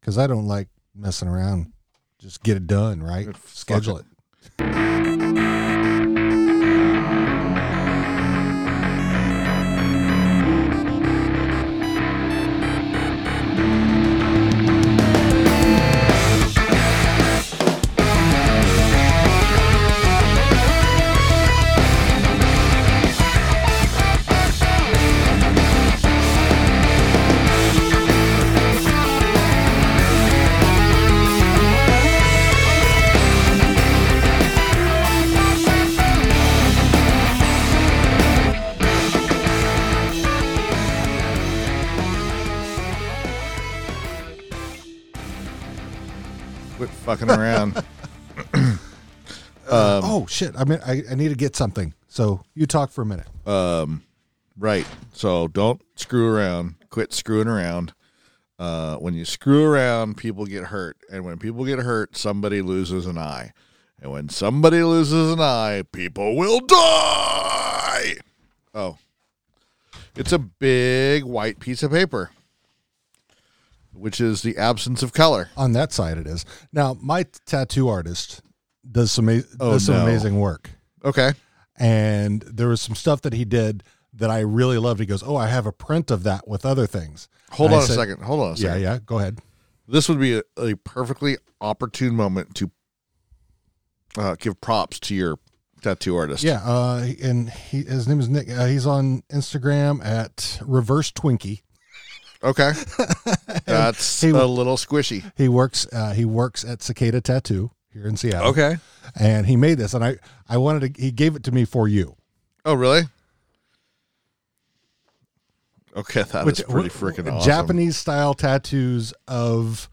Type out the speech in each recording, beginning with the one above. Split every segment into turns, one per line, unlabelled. because I don't like messing around. Just get it done, right?
Good, fuck
Schedule
it.
it.
Quit fucking around. Um,
oh shit! I mean, I, I need to get something. So you talk for a minute.
right. So don't screw around. Quit screwing around. Uh, when you screw around, people get hurt. And when people get hurt, somebody loses an eye. And when somebody loses an eye, people will die. Oh. It's a big white piece of paper, which is the absence of color.
On that side, it is. Now, my tattoo artist does some ama-
Oh,
does some
no.
amazing work,
Okay.
and there was some stuff that he did that I really loved. He goes, "Oh, I have a print of that with other things."
Hold
And I
on a
said-
second. Hold on a second.
Yeah, yeah. Go ahead.
this would be a, a perfectly opportune moment to uh, give props to your tattoo artist.
Yeah, uh, and he, his name is Nick. Uh, he's on Instagram at Reverse Twinkie.
Okay. That's
he-
a little squishy.
He works. Uh, he works at Cicada Tattoo here in Seattle.
Okay.
and he made this, and I I wanted to. He gave it to me for you,
Oh, really? Okay, that was
which
pretty freaking awesome.
Japanese style tattoos of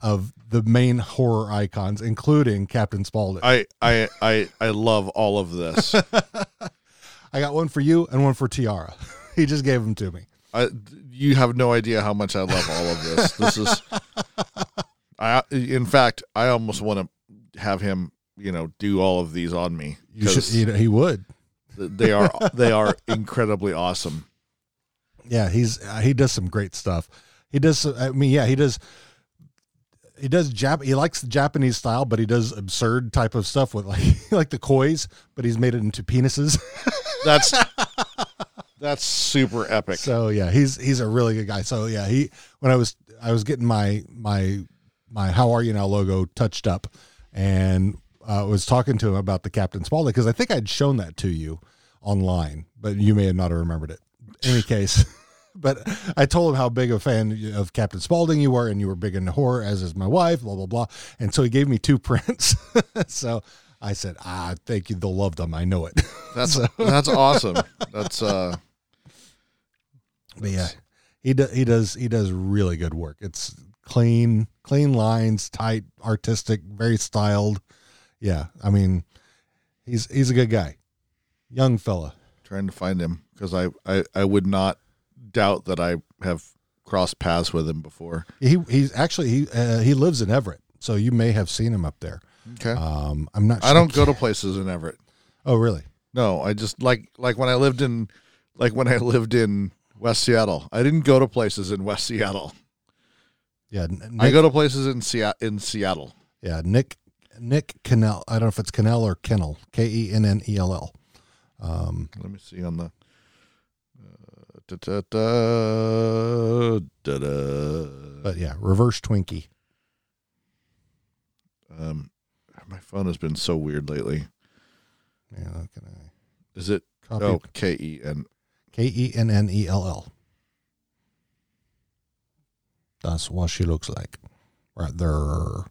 of the main horror icons, including Captain Spaulding. I,
I, I I I love all of this.
got one for you and one for Tiara. he just gave them to me.
I, you have no idea how much I love all of this. This is, I in fact, I almost want to have him, you know, do all of these on me.
You should.
'cause-
You know, he would.
they are they are incredibly awesome.
Yeah, he's uh, he does some great stuff. He does. some- I mean, yeah, he does. He does Jap. He likes the Japanese style, but he does absurd type of stuff with like like the koi's, but he's made it into penises.
That's that's super epic.
So yeah, he's he's a really good guy. So yeah, he when I was I was getting my my my how are you now logo touched up, and I was talking to him about the Captain Spaulding because I think I'd shown that to you online, but you may have not have remembered it. In any case, but I told him how big a fan of Captain Spaulding you were, and you were big into horror, as is my wife. Blah blah blah. And so he gave me two prints. so I said, ah, thank you. They'll love them. I know it.
That's that's awesome. That's uh
But yeah, he does. He does. He does really good work. It's clean, clean lines, tight, artistic, very styled. Yeah, I mean, he's he's a good guy, young fella.
trying to find him because I, I I would not doubt that I have crossed paths with him before.
He he's actually he uh, he lives in Everett, so you may have seen him up there.
Okay.
Um, I'm not. sure.
Uh, I don't go to places in Everett.
Oh, really?
No, I just like like when I lived in like when I lived in West Seattle. I didn't go to places in West Seattle.
Yeah. N-
I
Nick,
go to places in Seattle in Seattle.
yeah, Nick Nick Kennel. I don't know if it's Kennel or Kennel. K e n n e l l.
Let me see on the. Uh, da, da, da, da, da.
But yeah, reverse Twinkie.
Um, my phone has been so weird lately.
Yeah, how can I
Is it
copy?
oh K E N?
K E N N E L L. That's what she looks like. Right there. Oh,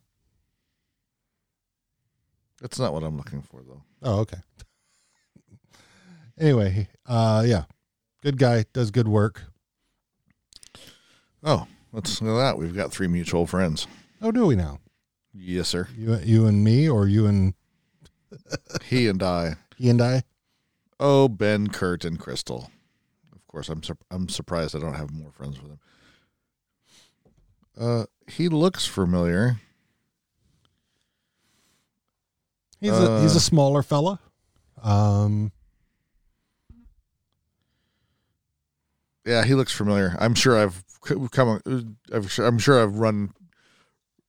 That's not what I'm looking for though.
okay. Anyway, uh yeah. Good guy, does good work.
Oh, let's look at that. We've got three mutual friends.
Oh, do we now?
Yes, sir.
You you and me or you and
He and I.
he and I?
Oh, Ben, Kurt, and Crystal. Of course, I'm sur- I'm surprised I don't have more friends with him. Uh, he looks familiar.
He's a he's
Uh.
a smaller fella. Um
Yeah, he looks familiar. I'm sure I've c- come. I've, I'm sure I've run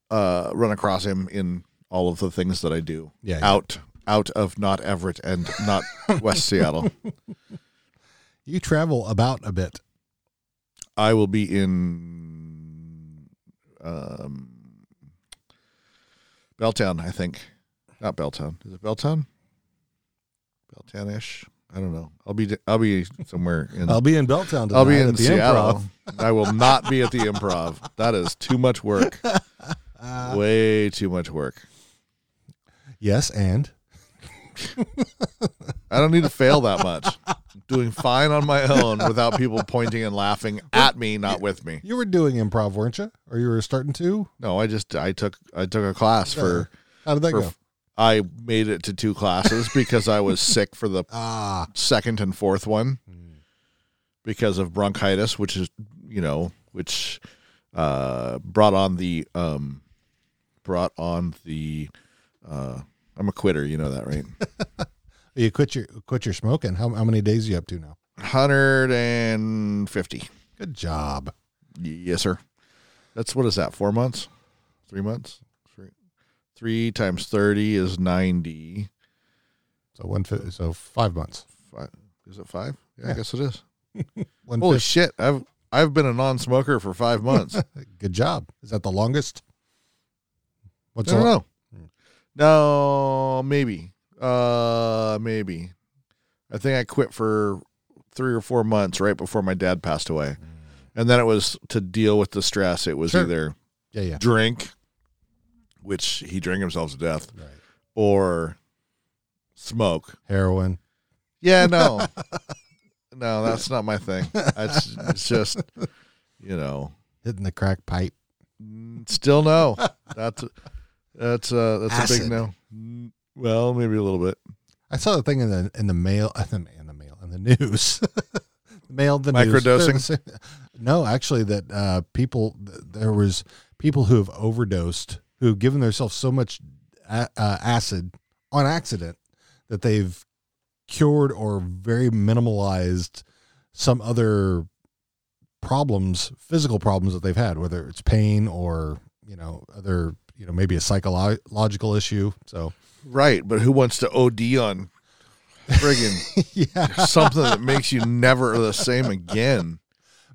uh, run across him in all of the things that I do.
Yeah, yeah.
Out out of not Everett and not West Seattle.
You travel about a bit.
I will be in um, Belltown, I think. Not Belltown. Is it Belltown? Belltownish. I don't know. I'll be I'll be somewhere in
I'll be in Beltown.
I'll be
tonight
in
at the
Seattle.
Improv.
I will not be at the improv. That is too much work. Way too much work.
Yes, and
I don't need to fail that much. I'm doing fine on my own without people pointing and laughing at me, not with me.
you were doing improv, weren't you? Or you were starting to?
No, I just I took I took a class for
How did that
for-
go?
I made it to two classes because I was sick for the
Ah,
second and fourth one because of bronchitis, which is you know which uh, brought on the um, brought on the uh, I'm a quitter, you know that right?
you quit your quit your smoking. How how many days are you up to now?
Hundred and fifty,
Good job.
yes sir. That's what is that? Four months, three months, three, three times thirty is ninety.
So one fi- so five months.
Five, is it five? yeah, I
Yeah.
guess it is.
One
Holy
fifth.
shit! I've I've been a non-smoker for five months.
Good job. Is that the longest? What's
I don't
the-
know. No, maybe. Uh, maybe. I think I quit for three or four months right before my dad passed away, and then it was to deal with the stress. It was
Sure.
either
Yeah, yeah.
drink, which he drank himself to death,
Right.
or smoke.
Heroin.
Yeah, no, no, that's not my thing. That's it's just, you know,
hitting the crack pipe.
Mm, Still no. That's that's uh that's a big
Acid.
no. Mm, Well, maybe a little bit.
I saw the thing in the in the mail in the, in the mail in the news. mail the news.
Microdosing?
No, actually, that uh, people th- there was people who have overdosed who have given themselves so much a- uh, acid on accident that they've cured or very minimalized some other problems, physical problems that they've had, whether it's pain or you know other you know maybe a psychological issue. So
Right, but who wants to OD on friggin'
yeah.
something that makes you never the same again?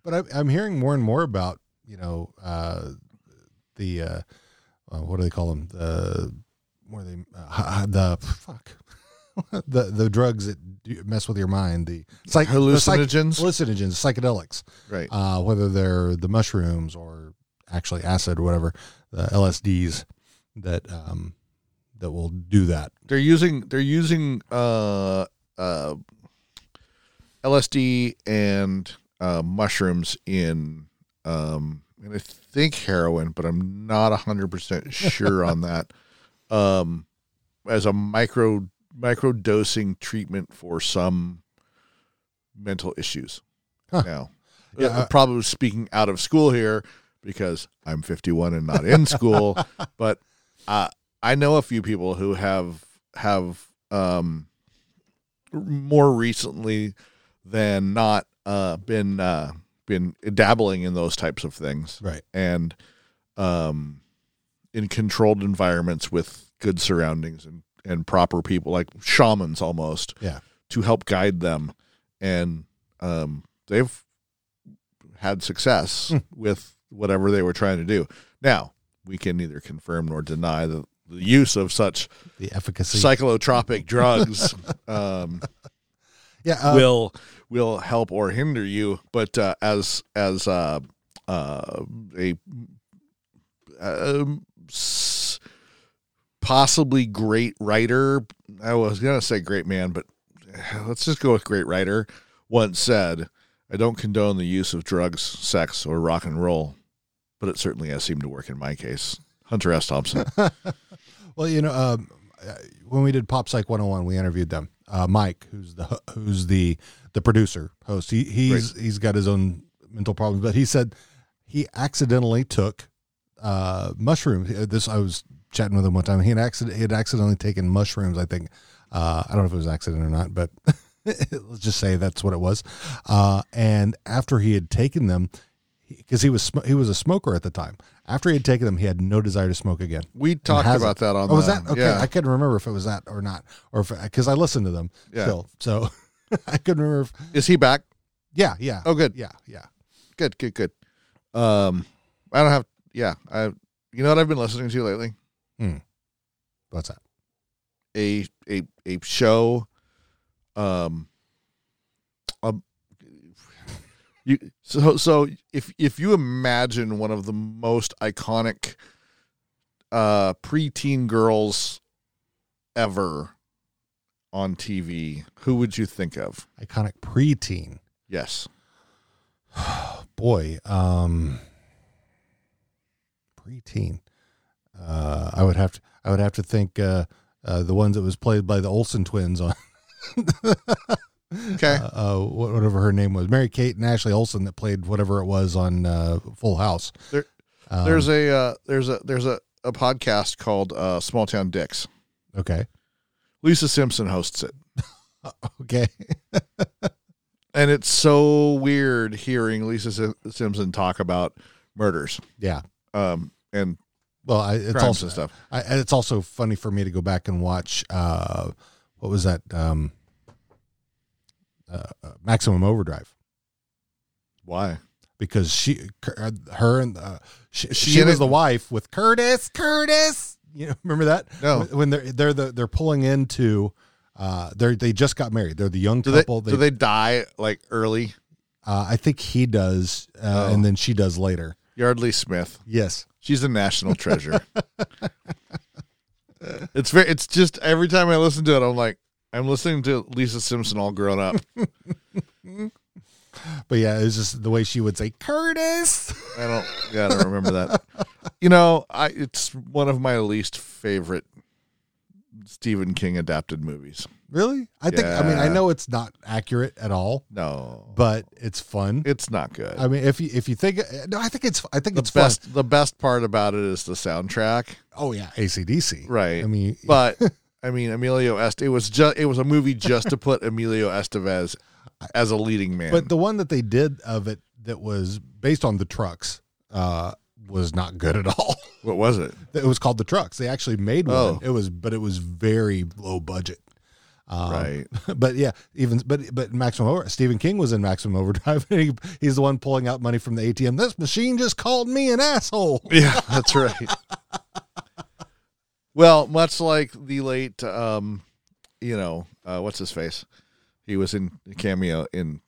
But I'm, I'm hearing more and more about you know uh, the uh, uh, what do they call them the what are they uh, the fuck the the drugs that do mess with your mind the psych the psych-
Hallucinogens?
hallucinogens psychedelics
Right.
uh, whether they're the mushrooms or actually acid or whatever the LSDs that um, that will do that
They're using they're using uh uh LSD and uh mushrooms in um and I think heroin, but I'm not 100% sure on that. Um as a micro micro dosing treatment for some mental issues.
Huh.
Now,
Yeah,
Uh,
I-
probably speaking out of school here because I'm 51 and not in school, but uh, I know a few people who have have um more recently than not uh been uh been dabbling in those types of things
right
and um in controlled environments with good surroundings and and proper people like shamans almost
Yeah.
to help guide them and um they've had success
Hmm.
with whatever they were trying to do now we can neither confirm nor deny the, the use of such
the efficacy
psychotropic drugs um,
yeah uh,
will will help or hinder you. But uh, as as uh, uh, a um, s- possibly great writer, I was gonna say great man, but eh, let's just go with great writer. Once said, "I don't condone the use of drugs, sex, or rock and roll, but it certainly has seemed to work in my case." Hunter S. Thompson.
Well, you know, um, uh, when we did Pop Psych 101, we interviewed them. Uh, Mike, who's the ho- who's the the producer host, he he's he's got his own mental problems, but he said he accidentally took uh, mushrooms. Uh, This I was chatting with him one time. He had accident he had accidentally taken mushrooms. I think uh, I don't know if it was accident or not, but let's just say that's what it was. Uh, and after he had taken them, because he was sm- he was a smoker at the time. After he had taken them, he had no desire to smoke again.
We talked
hasn't.
about that on.
Oh, was
the-
that okay?
Yeah.
I couldn't remember if it was that or not, or if because I listened to them
Yeah.
still, so I couldn't remember. If,
Is he back?
yeah, yeah,
Oh, good,
yeah, yeah.
good, good, good. Um, I don't have. Yeah, I. You know what I've been listening to lately?
What's that?
a a a show um um you so so if if you imagine one of the most iconic uh preteen girls ever on TV who would you think of
Iconic preteen
yes
boy. Um, preteen. Uh, I would have to. I would have to think uh, uh, the ones that was played by the Olsen twins on
okay
uh, uh, wha- whatever her name was, Mary Kate and Ashley Olsen that played whatever it was on uh, Full House.
There-
Um,
there's a uh, there's a there's a, a podcast called uh small town dicks
okay,
Lisa Simpson hosts it
okay,
and it's so weird hearing Lisa Sim- Simpson talk about murders
yeah.
um, and
Well, I, it's
crimes
also
and stuff.
I, and it's also funny for me to go back and watch uh, what was that um, uh, uh, Maximum Overdrive
Why?
because she, Cur- her and uh, she, she,
she in
was
it?
the wife with Curtis. Curtis, you know, remember that?
No.
when they're they're the, they're pulling into. Uh, they they just got married. They're the young
Do they,
couple.
do they die like early?
Uh, I think he does, uh,
Oh.
and then she does later.
Yardley Smith.
Yes.
She's a national treasure. it's very. It's just every time I listen to it, I'm like, I'm listening to Lisa Simpson all grown up.
But yeah, it was just the way she would say, Curtis.
I don't. Yeah, I don't remember that. You know, I. It's one of my least favorite Stephen King adapted movies.
Really? I think, I mean, I
Yeah.
know it's not accurate at all,
No,
but it's fun.
it's not good.
I mean, if you, if you think, no, I think it's, I think
the
it's
best
Fun.
the best part about it is the soundtrack
Oh yeah. ACDC.
right
I mean,
but i mean emilio est it was just it was a movie just to put emilio estevez as a leading man
but the one that they did of it that was based on the trucks, uh, was not good at all.
what was it
it was called the trucks. They actually made one.
Oh.
It was, but it was very low budget. Um,
right
but yeah, even but but maximum over Stephen King was in maximum overdrive. And he, he's the one pulling out money from the ATM. This machine just called me an asshole.
yeah that's right well much like the late um you know uh what's his face he was in a cameo in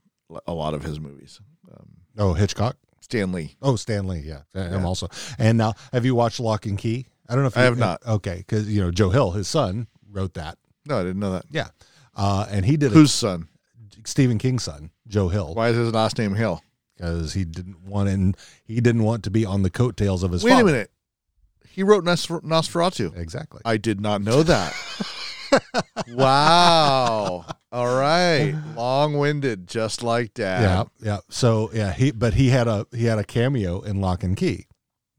a lot of his movies um,
Oh Hitchcock.
stan lee
Oh Stanley. Yeah, I'm
Yeah.
also. And now, have you watched Lock and Key? I don't know if
I
you-
have not.
Okay, because you know Joe Hill, his son, wrote that.
no i didn't know that
Yeah, uh, and he did it.
whose son
Stephen King's son, Joe Hill,
why is his last name hill
because he didn't want and he didn't want to be on the coattails of his.
wait
father.
a minute Uh, he wrote Nosfer- nosferatu
Exactly.
I did not know that. wow. All right. Long winded, just like that.
yeah, yeah. So yeah, he but he had a he had a cameo in Lock and Key.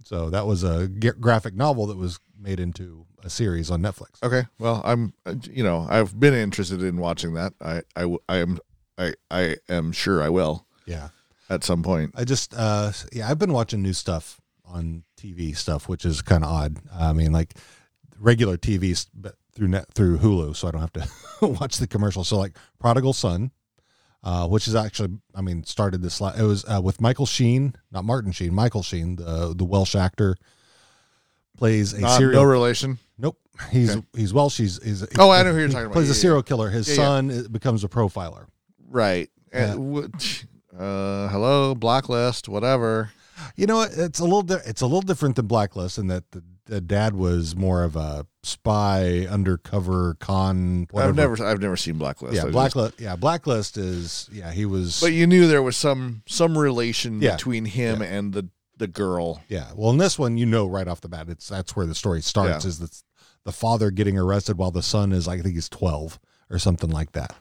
So that was a g- graphic novel that was made into a series on Netflix.
Okay. Well, I'm, uh, you know, I've been interested in watching that. I, I, w- I am, I, I am sure I will
Yeah.
at some point.
I just uh yeah, I've been watching new stuff on TV stuff, which is kind of odd. I mean, like regular TV s- but through net through Hulu, so I don't have to watch the commercials. So like Prodigal Son, uh, which is actually I mean started this. la- It was uh, with Michael Sheen, not Martin Sheen. Michael Sheen, the the Welsh actor, plays a
Not-
serial.
no relation.
Nope. He's he's Welsh. He's he's.
Oh, I know who you're
he
talking about.
Plays
Yeah,
a
yeah,
serial killer. His
Yeah, yeah.
son is- becomes a profiler.
Right.
Yeah.
And what- uh, hello, blacklist, whatever.
You know, it's a little di- it's a little different than Blacklist in that the, the dad was more of a spy, undercover con. Whatever.
I've never, I've never seen blacklist. I
Yeah,
just-
Blacklist. Yeah, Blacklist is. Yeah, he was.
but you knew there was some, some relation
Yeah.
between him and the, the girl.
yeah. Well, in this one, you know right off the bat, it's that's where the story starts.
Yeah.
Is that the father getting arrested while the son is, I think, he's twelve or something like that.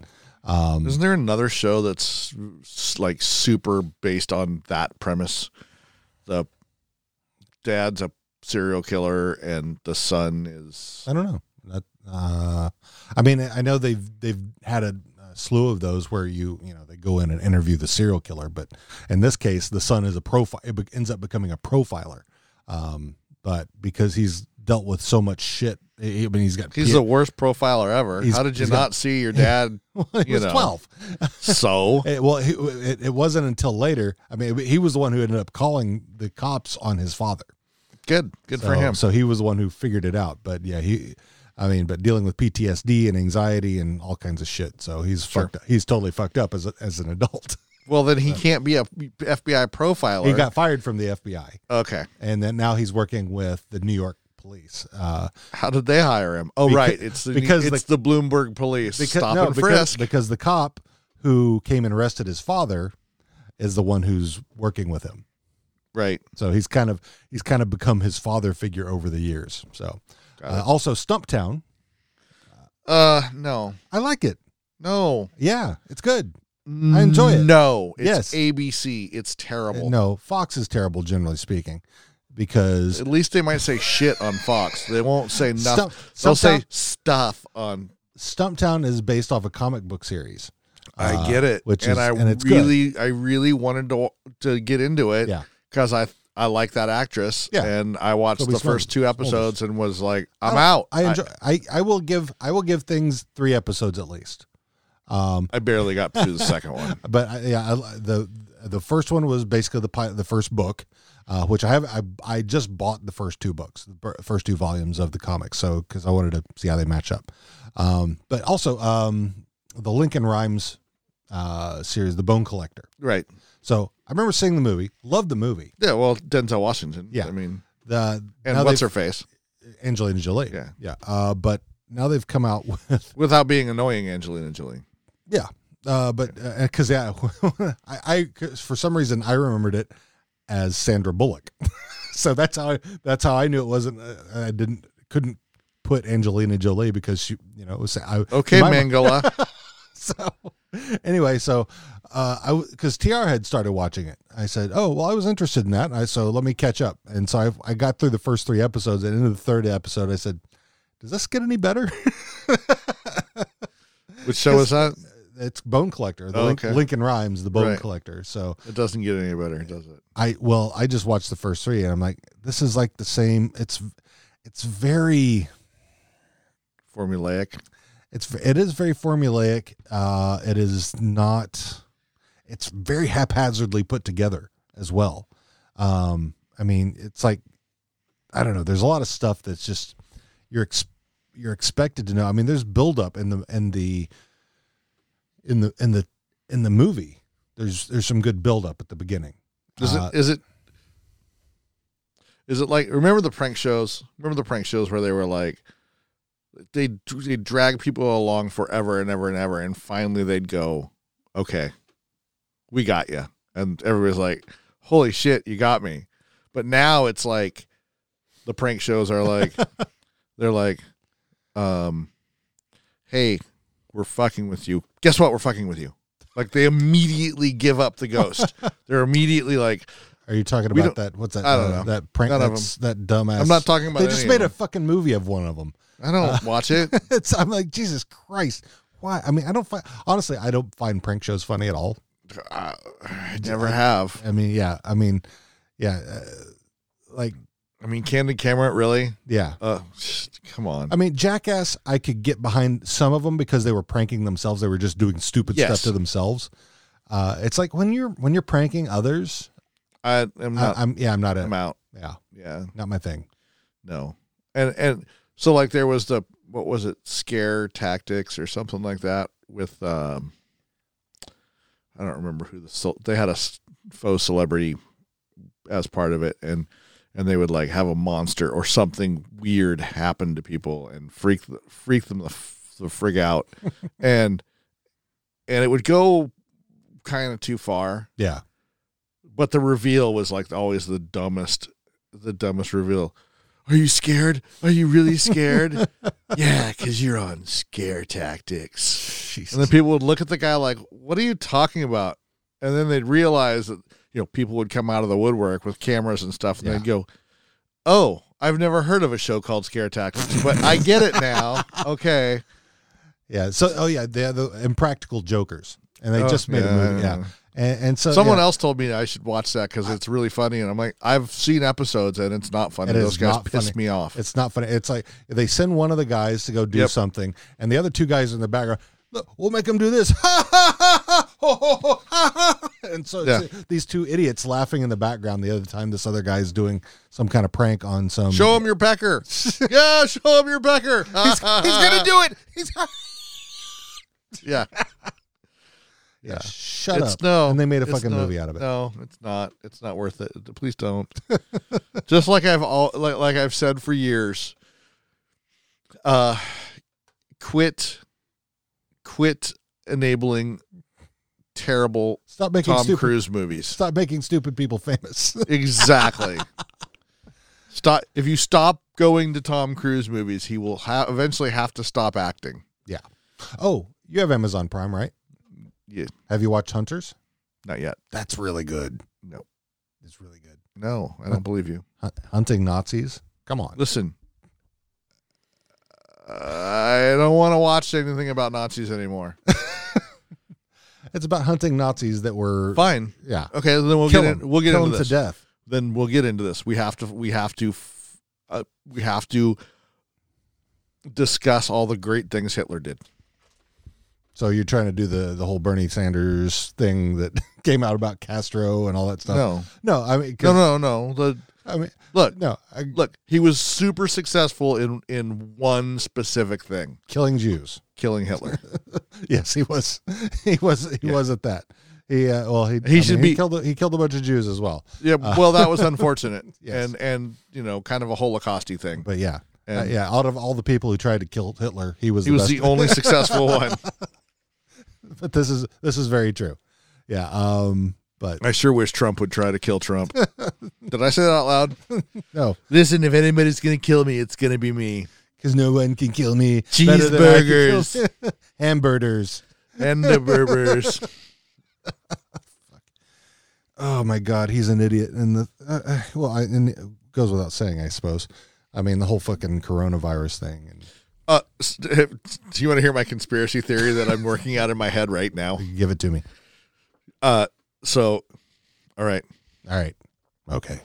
Um,
Isn't there another show that's s- like super based on that premise? The dad's a serial killer and the son is
uh, I don't know. That, uh, I mean, I know they've they've had a, uh, slew of those where you you know they go in and interview the serial killer, but in this case, the son is a profile. It be- ends up becoming a profiler, um, but because he's dealt with so much shit, I I mean, he's got
He's
P-
the worst profiler ever.
He's-
How did you
he's got-
not see your dad?
he
you
was
know.
twelve.
so
It, well, he, it, it wasn't until later. I mean, he was the one who ended up calling the cops on his father.
good, good
so,
for him.
So he was the one who figured it out. But yeah, he, I mean, but dealing with PTSD and anxiety and all kinds of shit. So he's
Sure.
fucked. Up. He's totally fucked up as a, as an adult.
Well, then he can't be a FBI profiler.
he got fired from the FBI,
okay.
and then now he's working with the New York police. Uh,
How did they hire him? Oh,
Beca-
right. It's the,
because
it's the, Bloomberg police. Stop
no,
and
because,
frisk.
because the cop who came and arrested his father is the one who's working with him.
right.
So he's kind of he's kind of become his father figure over the years. So
Got
uh, also Stumptown,
Uh, no,
I like it.
no.
Yeah, it's good. I enjoy it.
No,
Yes.
it's ABC. It's terrible.
No, Fox is terrible generally speaking because
At least they might say shit on Fox. They won't say nothing.
Stump-
They'll say
Stumptown-
stuff on.
Stumptown is based off a comic book series. Uh,
I get it,
which
and
is-
I
and it's good.
really, I really wanted to to get into it
Yeah.
because I I like that actress,
Yeah.
and I watched
So we
the first two
smolders- smolders.
episodes and was like, I'm
I-
out.
oh, I enjoy. I, I will give I will give things three episodes at least. Um,
I barely got through the second one.
but I, yeah, I, the the first one was basically the pi- the first book, uh, which I have I, I just bought the first two books, the bir- first two volumes of the comic, so because I wanted to see how they match up. Um, but also um, the Lincoln Rhymes uh, series, The Bone Collector.
Right.
So I remember seeing the movie, loved the movie.
Yeah. Well, Denzel Washington.
Yeah.
I mean,
The
and
now
what's her
they've-
face?
Angelina Jolie?
Yeah.
yeah. Uh, but now they've come out with
Without being annoying, Angelina Jolie.
Yeah, uh, but because yeah, I, I 'cause for some reason I remembered it as Sandra Bullock, so that's how I, that's how I knew it wasn't. Uh, I didn't couldn't put Angelina Jolie because she you know it was I,
Okay,
in my mind-
Mangala.
So anyway, so uh, I because Tr had started watching it, I said, oh well, I was interested in that. and I so let me catch up, and so I I got through the first three episodes, and into the third episode, I said, does this get any better?
Which show is that?
it's Bone Collector, the
Oh,
Link-
okay.
Lincoln Rhymes, the Bone
Right.
Collector. So.
It doesn't get any better, does it?
I well, I just watched the first three, and I'm like, this is like the same. It's it's very
Formulaic.
it's it is very formulaic. Uh, it is not. It's very haphazardly put together as well. Um, I mean, it's like I don't know. There's a lot of stuff that's just you're ex- you're expected to know. I mean, there's buildup in the in the in the in the in the movie. There's there's some good buildup at the beginning.
Is
Uh,
it? Is it? Is it like? Remember the prank shows? Remember the prank shows where they were like, they they drag people along forever and ever and ever, and finally they'd go, okay, we got you, and everybody's like, holy shit, you got me. But now it's like, the prank shows are like, they're like, um, hey, we're fucking with you. Guess what? We're fucking with you. Like they immediately give up the ghost. They're immediately like,
Are you talking
We
about
don't-
that? What's that?
I don't
uh,
know.
That prank.
None of
That's, that dumbass.
I'm not talking about.
They
any
just
of
made a
them.
fucking movie of one of them.
I don't watch it.
It's, I'm like Jesus Christ. Why? I mean, I don't find honestly. I don't find prank shows funny at all.
I, I never have.
I mean, yeah. I mean, yeah. Uh, like,
I mean, Candid Camera, really?
yeah.
Uh, psh, come on.
I mean, Jackass. I could get behind some of them because they were pranking themselves. They were just doing stupid
Yes.
stuff to themselves. Uh, it's like when you're when you're pranking others.
I am not.
I, I'm yeah. I'm not
I'm
a
out.
yeah.
Yeah,
Not my thing.
no. And and so like there was the what was it? Scare tactics or something like that with um. I don't remember who the cel- they had a s- faux celebrity as part of it, and and they would like have a monster or something weird happen to people and freak the- freak them the, f- the frig out, and and it would go kind of too far
Yeah.
but the reveal was like always the dumbest the dumbest reveal are you scared are you really scared yeah because you're on scare tactics
Jesus.
and then people would look at the guy like what are you talking about and then they'd realize that you know people would come out of the woodwork with cameras and stuff and
Yeah.
they'd go oh i've never heard of a show called scare tactics but i get it now okay
Yeah. So, oh yeah, they're the impractical jokers, and they
Oh,
just made
yeah,
a
I
movie. Yeah.
know.
And, and so
Someone
yeah,
else told me I should watch that because it's really funny, and I'm like, I've seen episodes and it's not funny.
It is
Those guys
not
piss
funny.
me off.
It's not funny. It's like they send one of the guys to go do
Yep.
something, and the other two guys in the background. Look, we'll make them do this. Ha ha ha ha! Ho, ho, ho, ha, ha. And so it's these two idiots laughing in the background. The other time, this other guy's doing some kind of prank on some.
Show him your pecker. yeah, show him your pecker. he's, gonna do it. He's yeah.
Yeah, shut
it's
up.
no.
and they made a
it's
fucking
no-
movie out of it.
No, it's not. It's not worth it. Please don't. Just like I've all like like I've said for years. Uh, quit, quit enabling terrible
Stop making
Tom
stupid.
Cruise movies.
Stop making stupid people famous.
Exactly. stop. If you stop going to Tom Cruise movies, he will ha- eventually have to stop acting.
oh, you have Amazon Prime, right?
Yeah,
Have you watched Hunters?
not yet.
That's really good.
No.
it's really good.
No, I don't believe you.
Hun- hunting Nazis. Come on.
Listen, I don't want to watch anything about Nazis anymore.
It's about hunting Nazis that were
Fine.
yeah.
Okay, then we'll
Kill
get
'em.
in, we'll get
Kill
into
them
this.
to death.
Then we'll get into this. We have to we have to f- uh, we have to discuss all the great things Hitler did.
So you're trying to do the the whole Bernie Sanders thing that came out about Castro and all that stuff.
No.
no, I mean, 'cause-
No, no, no. The
I mean,
look,
no, I,
look, he was super successful in in one specific thing,
killing Jews.
killing Hitler.
Yes, he was. He was. He
Yeah.
was at that. He uh, well, he,
He should
He
be-
killed. a- He killed a bunch of Jews as well.
yeah, well, that was unfortunate,
Yes.
and and you know, kind of a Holocausty thing.
But yeah, Uh,
And-
yeah. Out of all the people who tried to kill Hitler, he was.
He
the
was
best.
the only successful one.
but this is this is very true. Yeah. Um. But
I sure wish Trump would try to kill Trump. Did I say that out loud?
no,
Listen, if anybody's gonna kill me, it's gonna be me.
because no one can kill me. better than I can kill-
Cheeseburgers.
hamburgers.
And the Berbers.
Oh my God, he's an idiot. And the uh, uh, well, I, and it goes without saying, I suppose. I mean, the whole fucking coronavirus thing. And
Uh, s- do you want to hear my conspiracy theory that I'm working out in my head right now?
give it to me.
Uh, so, all right.
All right. Okay.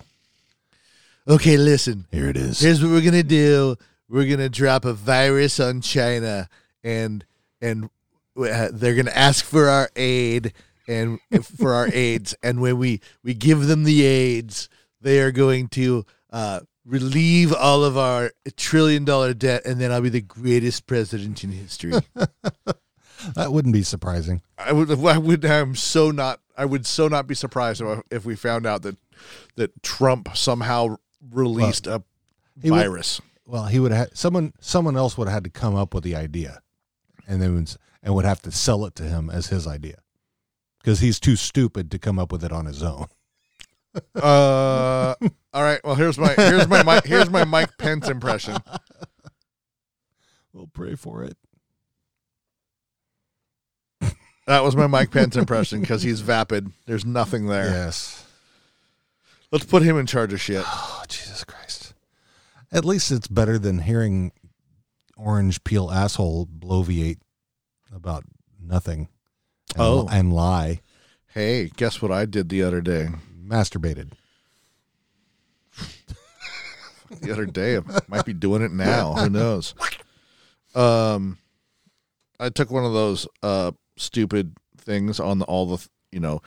Okay, listen.
Here it is.
Here's what we're gonna do. We're gonna drop a virus on China, and and uh, they're gonna ask for our aid and for our aids. And when we we give them the aids, they are going to uh, relieve all of our trillion dollar debt, and then I'll be the greatest president in history.
That wouldn't be surprising.
I would. I would. I'm so not. I would so not be surprised if, if we found out that that Trump somehow released a
he would-
virus.
Well, he would have someone. Someone else would have had to come up with the idea, and then would- and would have to sell it to him as his idea, because he's too stupid to come up with it on his own.
Uh, all right. Well, here's my here's my, my here's my Mike Pence impression.
We'll pray for it.
That was my Mike Pence impression because he's vapid. There's nothing there.
Yes.
Let's put him in charge of shit.
Oh, Jesus Christ. At least it's better than hearing orange peel asshole bloviate about nothing and,
Oh.
and lie.
Hey, guess what I did the other day?
Masturbated.
The other day, I might be doing it now. Who knows? Um, I took one of those uh stupid things on the, all the you know.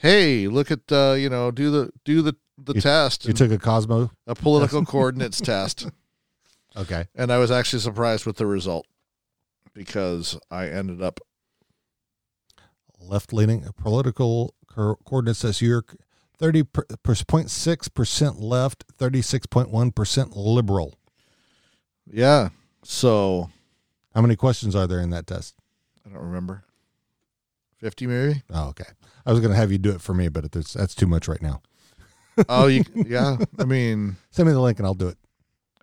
Hey, look at uh, you know do the do the the test
You took a Cosmo?
a political coordinates test.
Okay.
and I was actually surprised with the result because I ended up
Left leaning political co- coordinates says you're 30.6% left, 36.1% liberal.
yeah. So
How many questions are there in that test?
I don't remember fifty maybe.
Oh, okay. I was going to have you do it for me, but it's, that's too much right now.
Oh, you, yeah. I mean,
Send me the link and I'll do it.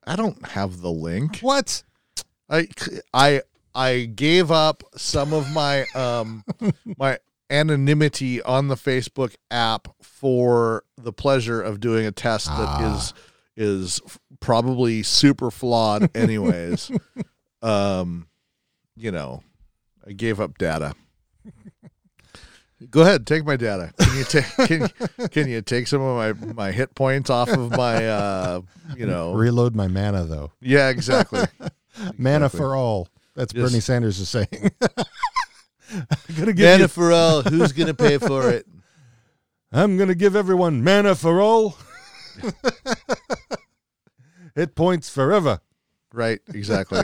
I don't have the link.
What?
I I I gave up some of my um my anonymity on the Facebook app for the pleasure of doing a test that
Ah.
is is probably super flawed anyways. um you know, I gave up data. Go ahead, take my data. Can you take can, you- can you take some of my my hit points off of my uh you know
Reload my mana though.
yeah exactly
Mana
Exactly.
for all. That's
Yes.
Bernie Sanders is saying. I'm gonna give
Mana
you-
for all. Who's gonna pay for it?
I'm gonna give everyone mana for all. Hit points forever.
Right, exactly.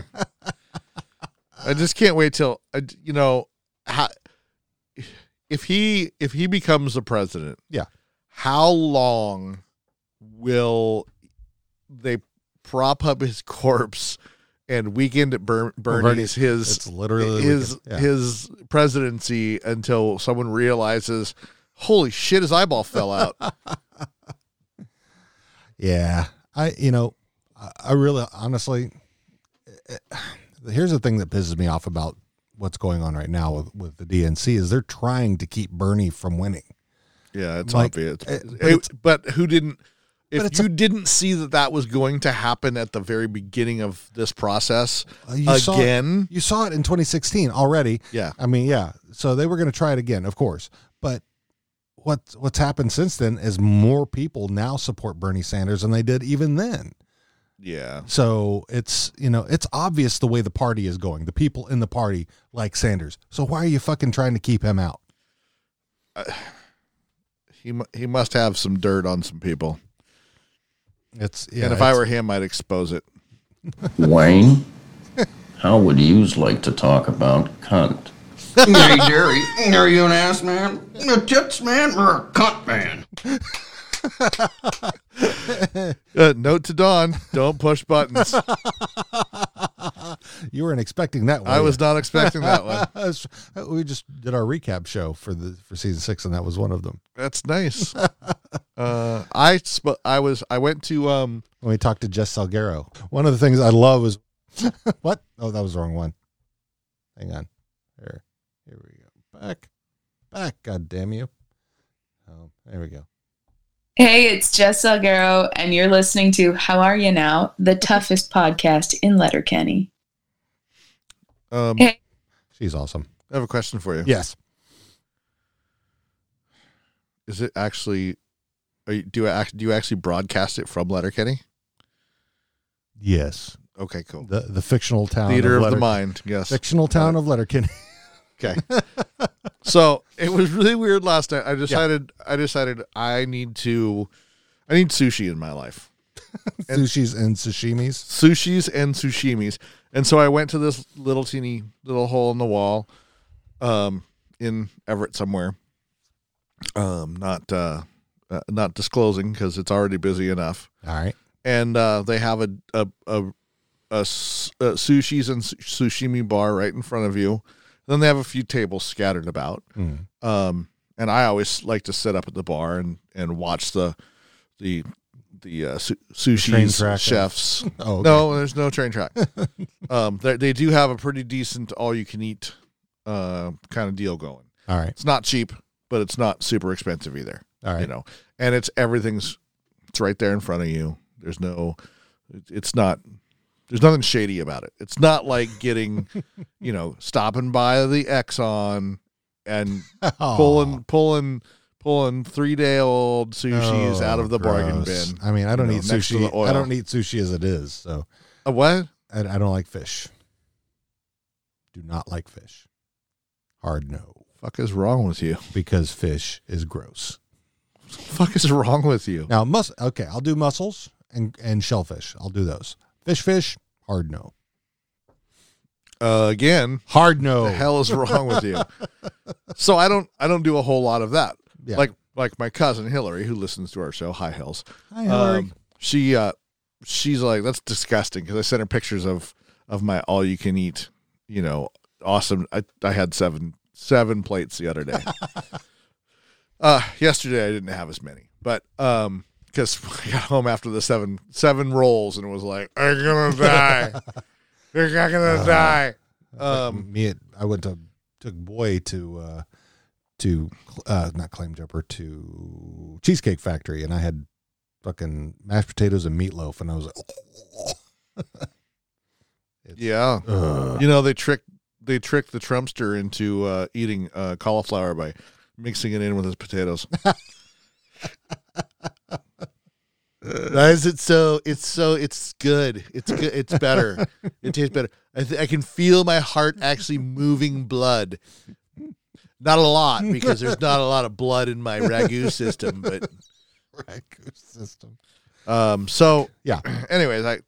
I just can't wait till I d- you know how, if he if he becomes the president.
Yeah.
How long will they prop up his corpse and weekend at Ber- Bernie's
Bernie's-
his
It's literally
his
yeah.
his presidency until someone realizes, holy shit, his eyeball fell out.
Yeah, I you know, I, I really honestly, eh, here's the thing that pisses me off about what's going on right now with with the DNC is they're trying to keep Bernie from winning.
Yeah, it's
Like,
obvious.
uh,
It-
but
but,
it's-
who didn't?
But
If
it's
you didn't see that that was going to happen at the very beginning of this process
Uh, you saw it,
again,
you saw it in 2016 already.
yeah,
I mean, yeah. So they were going to try it again, of course. But what what's happened since then is more people now support Bernie Sanders than they did even then.
yeah,
So it's you know it's obvious the way the party is going. The people in the party like Sanders. So why are you fucking trying to keep him out?
he mu- he must have some dirt on some people.
It's yeah,
and if I
it's-
were him, I'd expose it.
Wayne, how would yous like to talk about cunt?
Hey, Jerry, are you an ass man, a tits man, or a cunt man?
Uh, note to Don: Don't push buttons.
you weren't expecting that. One.
I was not expecting that one.
we just did our recap show for the for season six, and that was one of them.
That's nice. Uh, I sp- I was I went to um
When we talked to Jess Salguero, one of the things I love is what? Oh, that was the wrong one. Hang on, here, here we go. Back, back. God damn you! Oh, there we go.
Hey, it's Jess Salguero, and you're listening to How Are You Now, the toughest podcast in Letterkenny.
um
Hey.
She's awesome.
I have a question for you.
Yes.
Is it actually? Are you, do I act, do you actually broadcast it from Letterkenny?
Yes.
Okay, cool.
The the fictional town
Theater of, Uh, the
Letter-
Mind. Yes.
Fictional town of Letterkenny.
Okay. so it was really weird last night. I decided. I decided I need to. I need sushi in my life.
Sushis and sashimis.
Sushis and sushimis. And so I went to this little teeny little hole in the wall, um, in Everett somewhere. Um, not uh, uh not disclosing because it's already busy enough.
All right.
and uh, they have a a, a, a s- a sushi's and sushimi bar right in front of you. Then they have a few tables scattered about.
Mm.
Um, and I always like to sit up at the bar and, and watch the the the uh, su-
train
sushi's
track.
chefs.
Oh okay.
No, there's no train track. um, they they do have a pretty decent all you can eat uh, kind of deal going.
All right.
It's not cheap, but it's not super expensive either
All right.
you know and it's everything's it's right there in front of you there's no it's not there's nothing shady about it it's not like getting you know stopping by the exxon and
Aw.
pulling pulling pulling three day old sushis
Oh,
out of the bargain
gross.
bin
I mean, I don't
know,
eat
next to
sushi.
the oil.
I don't eat sushi as it is. So
Uh, what
I, I don't like fish. Do not like fish. Hard no,
fuck is wrong with you
because fish is gross.
fuck is wrong with you
Now, mus okay, I'll do mussels and and shellfish. I'll do those. Fish, fish, hard no,
uh, again
hard no.
the hell is wrong with you so i don't i don't do a whole lot of that
Yeah.
like like my cousin hillary who listens to our show hi hells
Hi, Hillary.
Um, she uh, she's like, that's disgusting because I sent her pictures of of my all you can eat, you know, awesome. I I had seven seven plates the other day. uh, yesterday I didn't have as many, but um, because I got home after the seven seven rolls and was like, I'm gonna die, I'm gonna die. Um,
me, at, I went to took boy to uh, to cl- uh, not clam jumper to Cheesecake Factory, and I had fucking mashed potatoes and meatloaf, and I was like,
yeah,
Ugh.
you know they tricked they tricked the Trumpster into uh, eating uh, cauliflower by mixing it in with his potatoes. Why is it so? It's so. It's good. It's good. It's better. It tastes better. I, th- I can feel my heart actually moving blood. Not a lot because there's not a lot of blood in my ragu system, but
Ragu system.
um, so
Yeah.
Anyways, I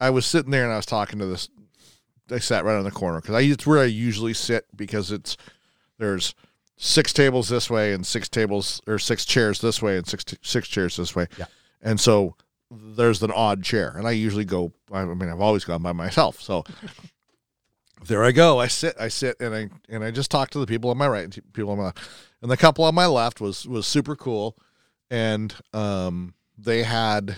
I was sitting there and I was talking to this. I sat right on the corner because I it's where I usually sit because it's there's six tables this way and six tables or six chairs this way and six six chairs this way.
Yeah.
And so there's an odd chair, and I usually go. I mean, I've always gone by myself, so. There I go. I sit. I sit, and I and I just talk to the people on my right, and people on my, left. and the couple on my left was was super cool, and um, they had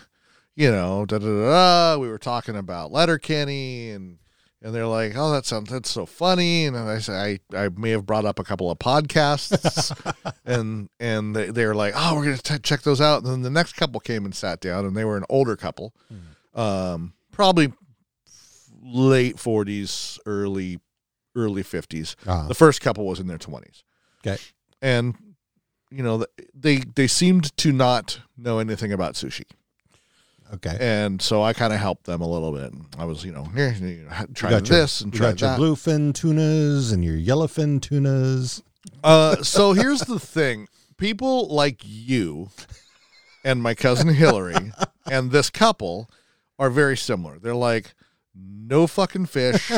you know, da da da da. We were talking about Letterkenny, and and they're like, "Oh, that sounds that's so funny." And then I said, "I I may have brought up a couple of podcasts," and and they, they're like, "Oh, we're gonna t- check those out." And then the next couple came and sat down, and they were an older couple, um, probably late forties, early early fifties.
Uh,
The first couple was in their twenties.
Okay.
and you know th- they they seemed to not know anything about sushi.
okay.
And so I kind of helped them a little bit. I was, you know, here, you know, try
got your-
this and
You
try
got your
that.
bluefin tunas and your yellowfin tunas.
Uh, so here's the thing: people like you and my cousin Hillary and this couple are very similar. They're like, no fucking fish,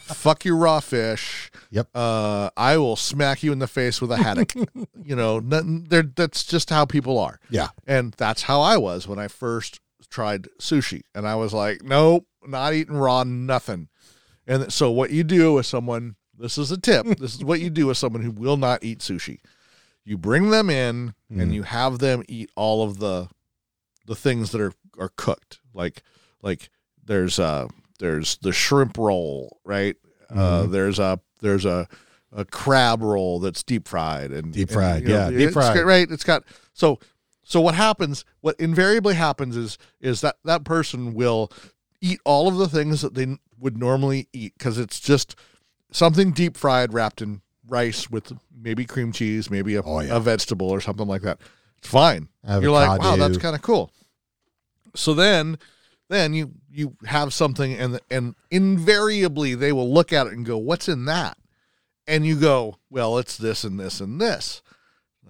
fuck your raw fish.
Yep.
Uh, I will smack you in the face with a haddock. you know, nothing, they're, that's just how people are.
Yeah.
And that's how I was when I first tried sushi. And I was like, nope, not eating raw, nothing. And so, what you do with someone, this is a tip. this is what you do with someone who will not eat sushi. You bring them in and you have them eat all of the the things that are are cooked. Like like there's uh there's the shrimp roll, right? Uh, there's a there's a a crab roll that's deep fried and
Deep
and,
fried,
you know,
yeah, deep
it's
fried.
got- right? It's got so so what happens? What invariably happens is is that that person will eat all of the things that they n- would normally eat because it's just something deep fried wrapped in rice with maybe cream cheese, maybe a,
Oh, yeah.
a vegetable or something like that. It's fine.
Avocado.
You're like, wow, that's kind of cool. So then, then you you have something, and and invariably they will look at it and go, "What's in that?" And you go, "Well, it's this and this and this."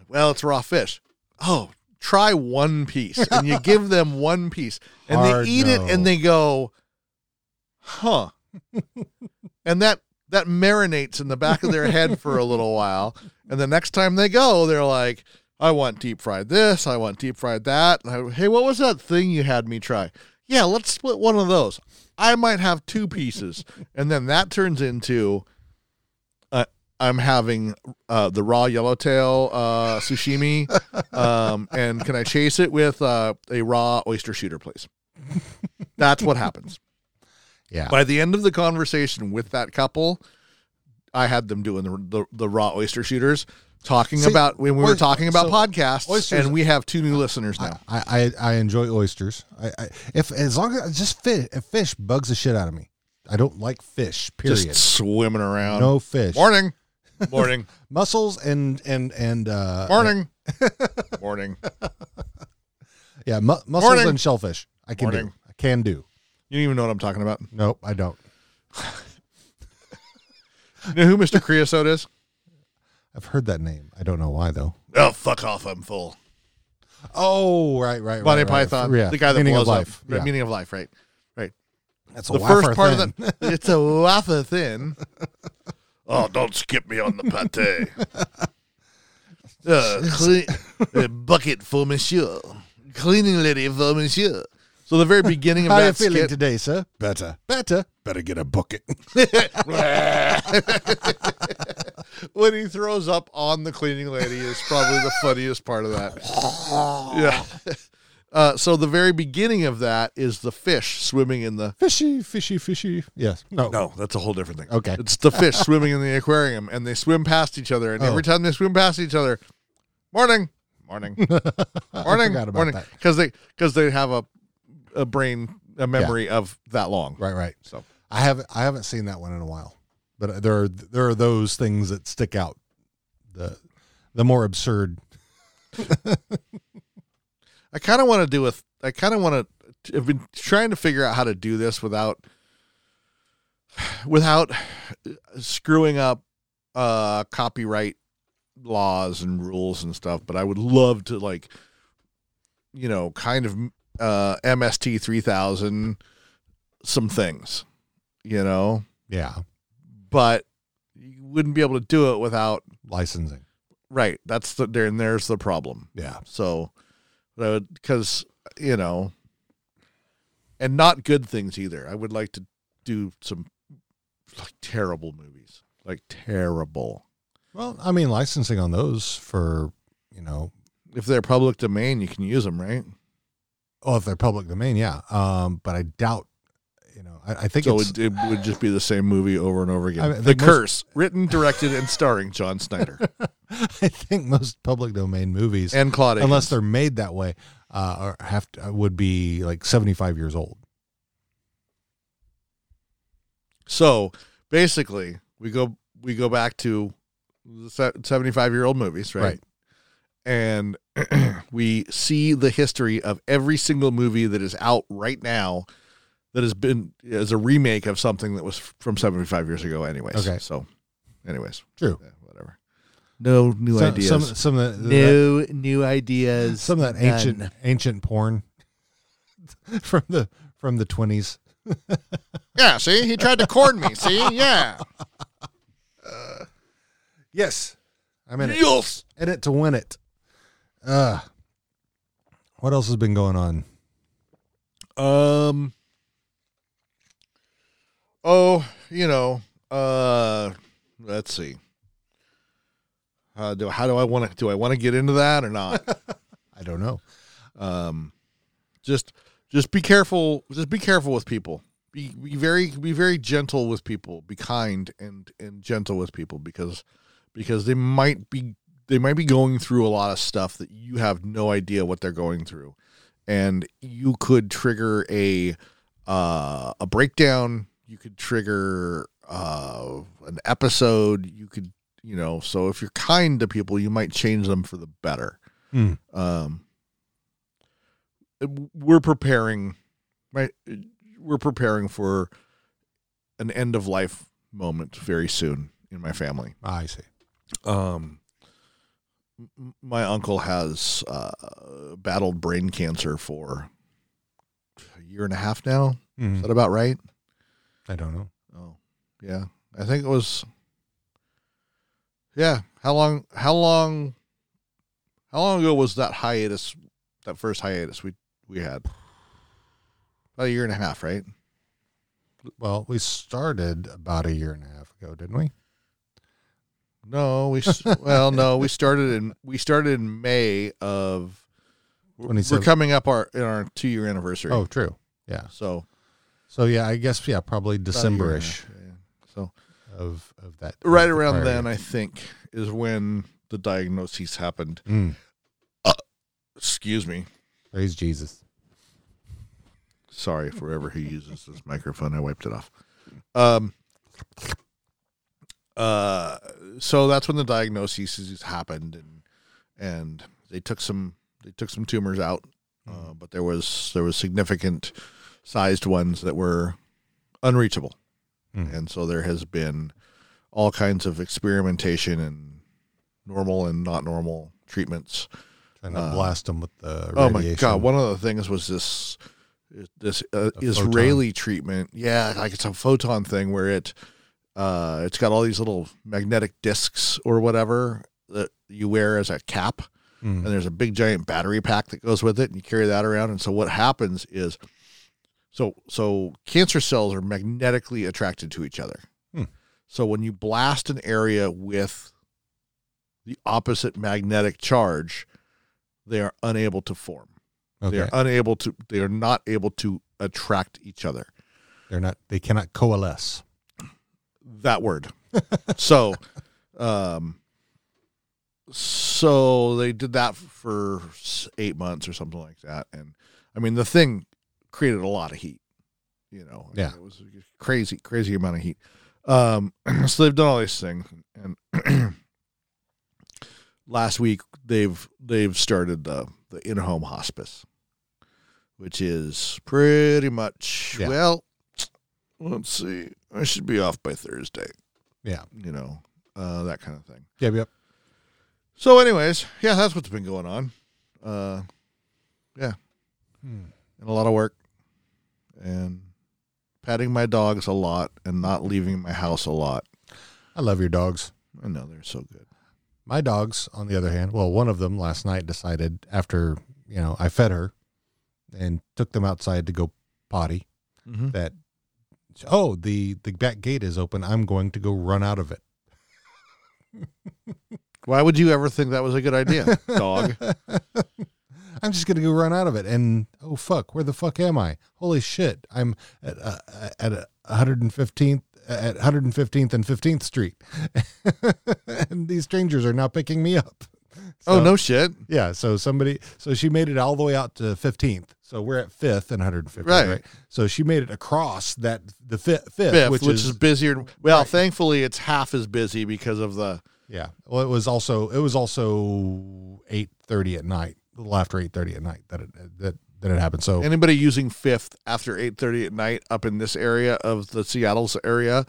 Well, it's raw fish. Oh, try one piece, and you give them one piece, and
Hard
they eat it,
no.
and they go, "Huh," and that that marinates in the back of their head for a little while, and the next time they go, they're like, I want deep fried this. I want deep fried that. I- hey, what was that thing you had me try? Yeah, let's split one of those. I might have two pieces. and then that turns into uh, I'm having uh, the raw yellowtail uh, sushimi. Um, and can I chase it with uh, a raw oyster shooter, please? That's what happens.
Yeah.
By the end of the conversation with that couple, I had them doing the, the, the raw oyster shooters, talking
See,
about when we were
oy-
talking about
so
podcasts,
oysters-
and we have two new listeners now.
I, I I enjoy oysters. I, I if as long as just fish, fish bugs the shit out of me. I don't like fish. Period.
Just swimming around.
no fish.
Morning. Morning.
Mussels and and and uh,
Morning. Morning.
yeah, mu- mussels
Morning.
and shellfish. I can do.
Morning.
I can do.
You don't even know what I'm talking about.
Nope, I don't.
You know who Mr. Creosote is?
I've heard that name. I don't know why though.
Oh, fuck off. I'm full.
Oh, right, right,
Monty
right, right.
Python.
Yeah,
The guy that
meaning
blows
of
life.
life. Yeah.
Meaning of life, right? Right.
That's
the first part of that. It's a waffle thin. oh, don't skip me on the pate. uh, cle- uh, bucket for monsieur. Cleaning lady for monsieur. So the very beginning of
How you
that
feeling
skit,
today, sir? Better, better, better get a bucket.
when he throws up on the cleaning lady is probably the funniest part of that. yeah. Uh, so the very beginning of that is the fish swimming in the
fishy, fishy, fishy. Yes. No.
No, that's a whole different thing.
Okay.
It's the fish swimming in the aquarium and they swim past each other. And
Oh.
every time they swim past each other, morning, morning, morning,
forgot about
morning.
that.
Because they, cause they have a, a brain, a memory of that long.
Right, right.
So
I haven't I haven't seen that one in a while. but there are there are those things that stick out. The the more absurd.
I kind of want to do a. I kind of want to. I've been trying to figure out how to do this without, without screwing up uh, copyright laws and rules and stuff. But I would love to like, you know, kind of uh, MST three thousand some things, you know,
Yeah,
but you wouldn't be able to do it without.
licensing.
Right. That's the there and there's the problem.
Yeah,
So, because you know, and not good things either. I would like to do some like terrible movies, like terrible.
Well, I mean, licensing on those for, you know,
If they're public domain, you can use them, right?
oh, if they're public domain, yeah. Um, but I doubt, you know, I, I think
So
it's,
it, it would just be the same movie over and over again.
I mean,
the
the most-
Curse, written, directed, and starring John Snyder
I think most public domain movies,
and Claudia.
unless they're made that way, uh, are have to, would be like seventy five years old.
so basically, we go we go back to seventy five year old movies, right?
Right.
and we see the history of every single movie that is out right now that has been as a remake of something that was from 75 years ago anyways
Okay.
so anyways
True.
yeah, whatever no new
some,
ideas
Some some of the,
no new ideas
some of that ancient ancient porn from the from the twenties.
yeah see he tried to corn me see yeah
Yes, I'm in it.
Yes.
In it to win it. Uh, what else has been going on?
um oh you know uh let's see uh, do, how do I want to do I want to get into that or not?
I don't know.
um, just just be careful just be careful with people be, be very be very gentle with people be kind and and gentle with people because because they might be they might be going through a lot of stuff that you have no idea what they're going through and you could trigger a uh, a breakdown you could trigger uh, an episode you could you know so if you're kind to people you might change them for the better
Hmm.
um, we're preparing right we're preparing for an end of life moment very soon in my family
Ah, I see.
um m- my uncle has uh battled brain cancer for a year and a half now
Hmm.
is that about right
I don't know.
oh yeah i think it was yeah how long how long how long ago was that hiatus that first hiatus we we had about a year and a half right
Well, we started about a year and a half ago, didn't we?
No, we s- well, no, we started in we started in May of. We're
27.
coming up our in our two year anniversary.
Oh, true. Yeah.
so
So yeah, I guess yeah, probably
about a year and a
Decemberish
half, yeah. So
of of that.
right around then, I think, is when the diagnoses happened.
Mm,
Excuse me.
praise Jesus.
Sorry, forever who uses this microphone. I wiped it off. Um. Uh. So that's when the diagnoses happened, and and they took some they took some tumors out, uh, but there was there was significant sized ones that were unreachable,
Mm.
and so there has been all kinds of experimentation and normal and not normal treatments
Trying to
Uh,
blast them with the
Oh
radiation.
my god! One of the things was this this uh,
A
Israeli treatment. Yeah, like it's a photon thing where it uh, it's got all these little magnetic discs or whatever that you wear as a cap,
Mm.
and there's a big giant battery pack that goes with it, and you carry that around. And so what happens is, so so cancer cells are magnetically attracted to each other.
Hmm.
So when you blast an area with the opposite magnetic charge, they are unable to form.
okay.
They are unable to. They are not able to attract each other.
They're not. They cannot coalesce.
That word. so, um, so they did that for s- eight months or something like that, and I mean the thing created a lot of heat. You know, I mean,
Yeah.
it was a crazy, crazy amount of heat. Um, so they've done all these things, and last week they've they've started the the in home hospice, which is pretty much
Yeah.
well. Let's see. I should be off by Thursday.
Yeah.
You know, uh, that kind of thing.
Yep. Yep.
So, anyways, yeah, that's what's been going on. Uh, yeah,
Hmm.
and a lot of work, and patting my dogs a lot, and not leaving my house a lot.
I love your dogs.
I know they're so good.
My dogs, on the other hand, well, one of them last night decided after, you know, I fed her and took them outside to go potty
Mhm.
that, oh, the, the back gate is open. I'm going to go run out of it.
Why would you ever think that was a good idea, dog?
I'm just going to go run out of it. And oh, fuck, where the fuck am I? Holy shit. I'm at, uh, at uh, 115th. At 115th and 15th Street, and these strangers are now picking me up.
Oh
So-
no shit!
Yeah, so somebody, so she made it all the way out to 15th. So we're at 5th and 150th,
Right.
right? So she made it across that the 5th,
Fifth,
which, is,
busier. Well,
Right.
thankfully, it's half as busy because of the
yeah. Well, it was also it was also 8:30 at night, a little after 8:30 at night that it, that that it happened. So
anybody using fifth after eight thirty at night up in this area of the Seattle's area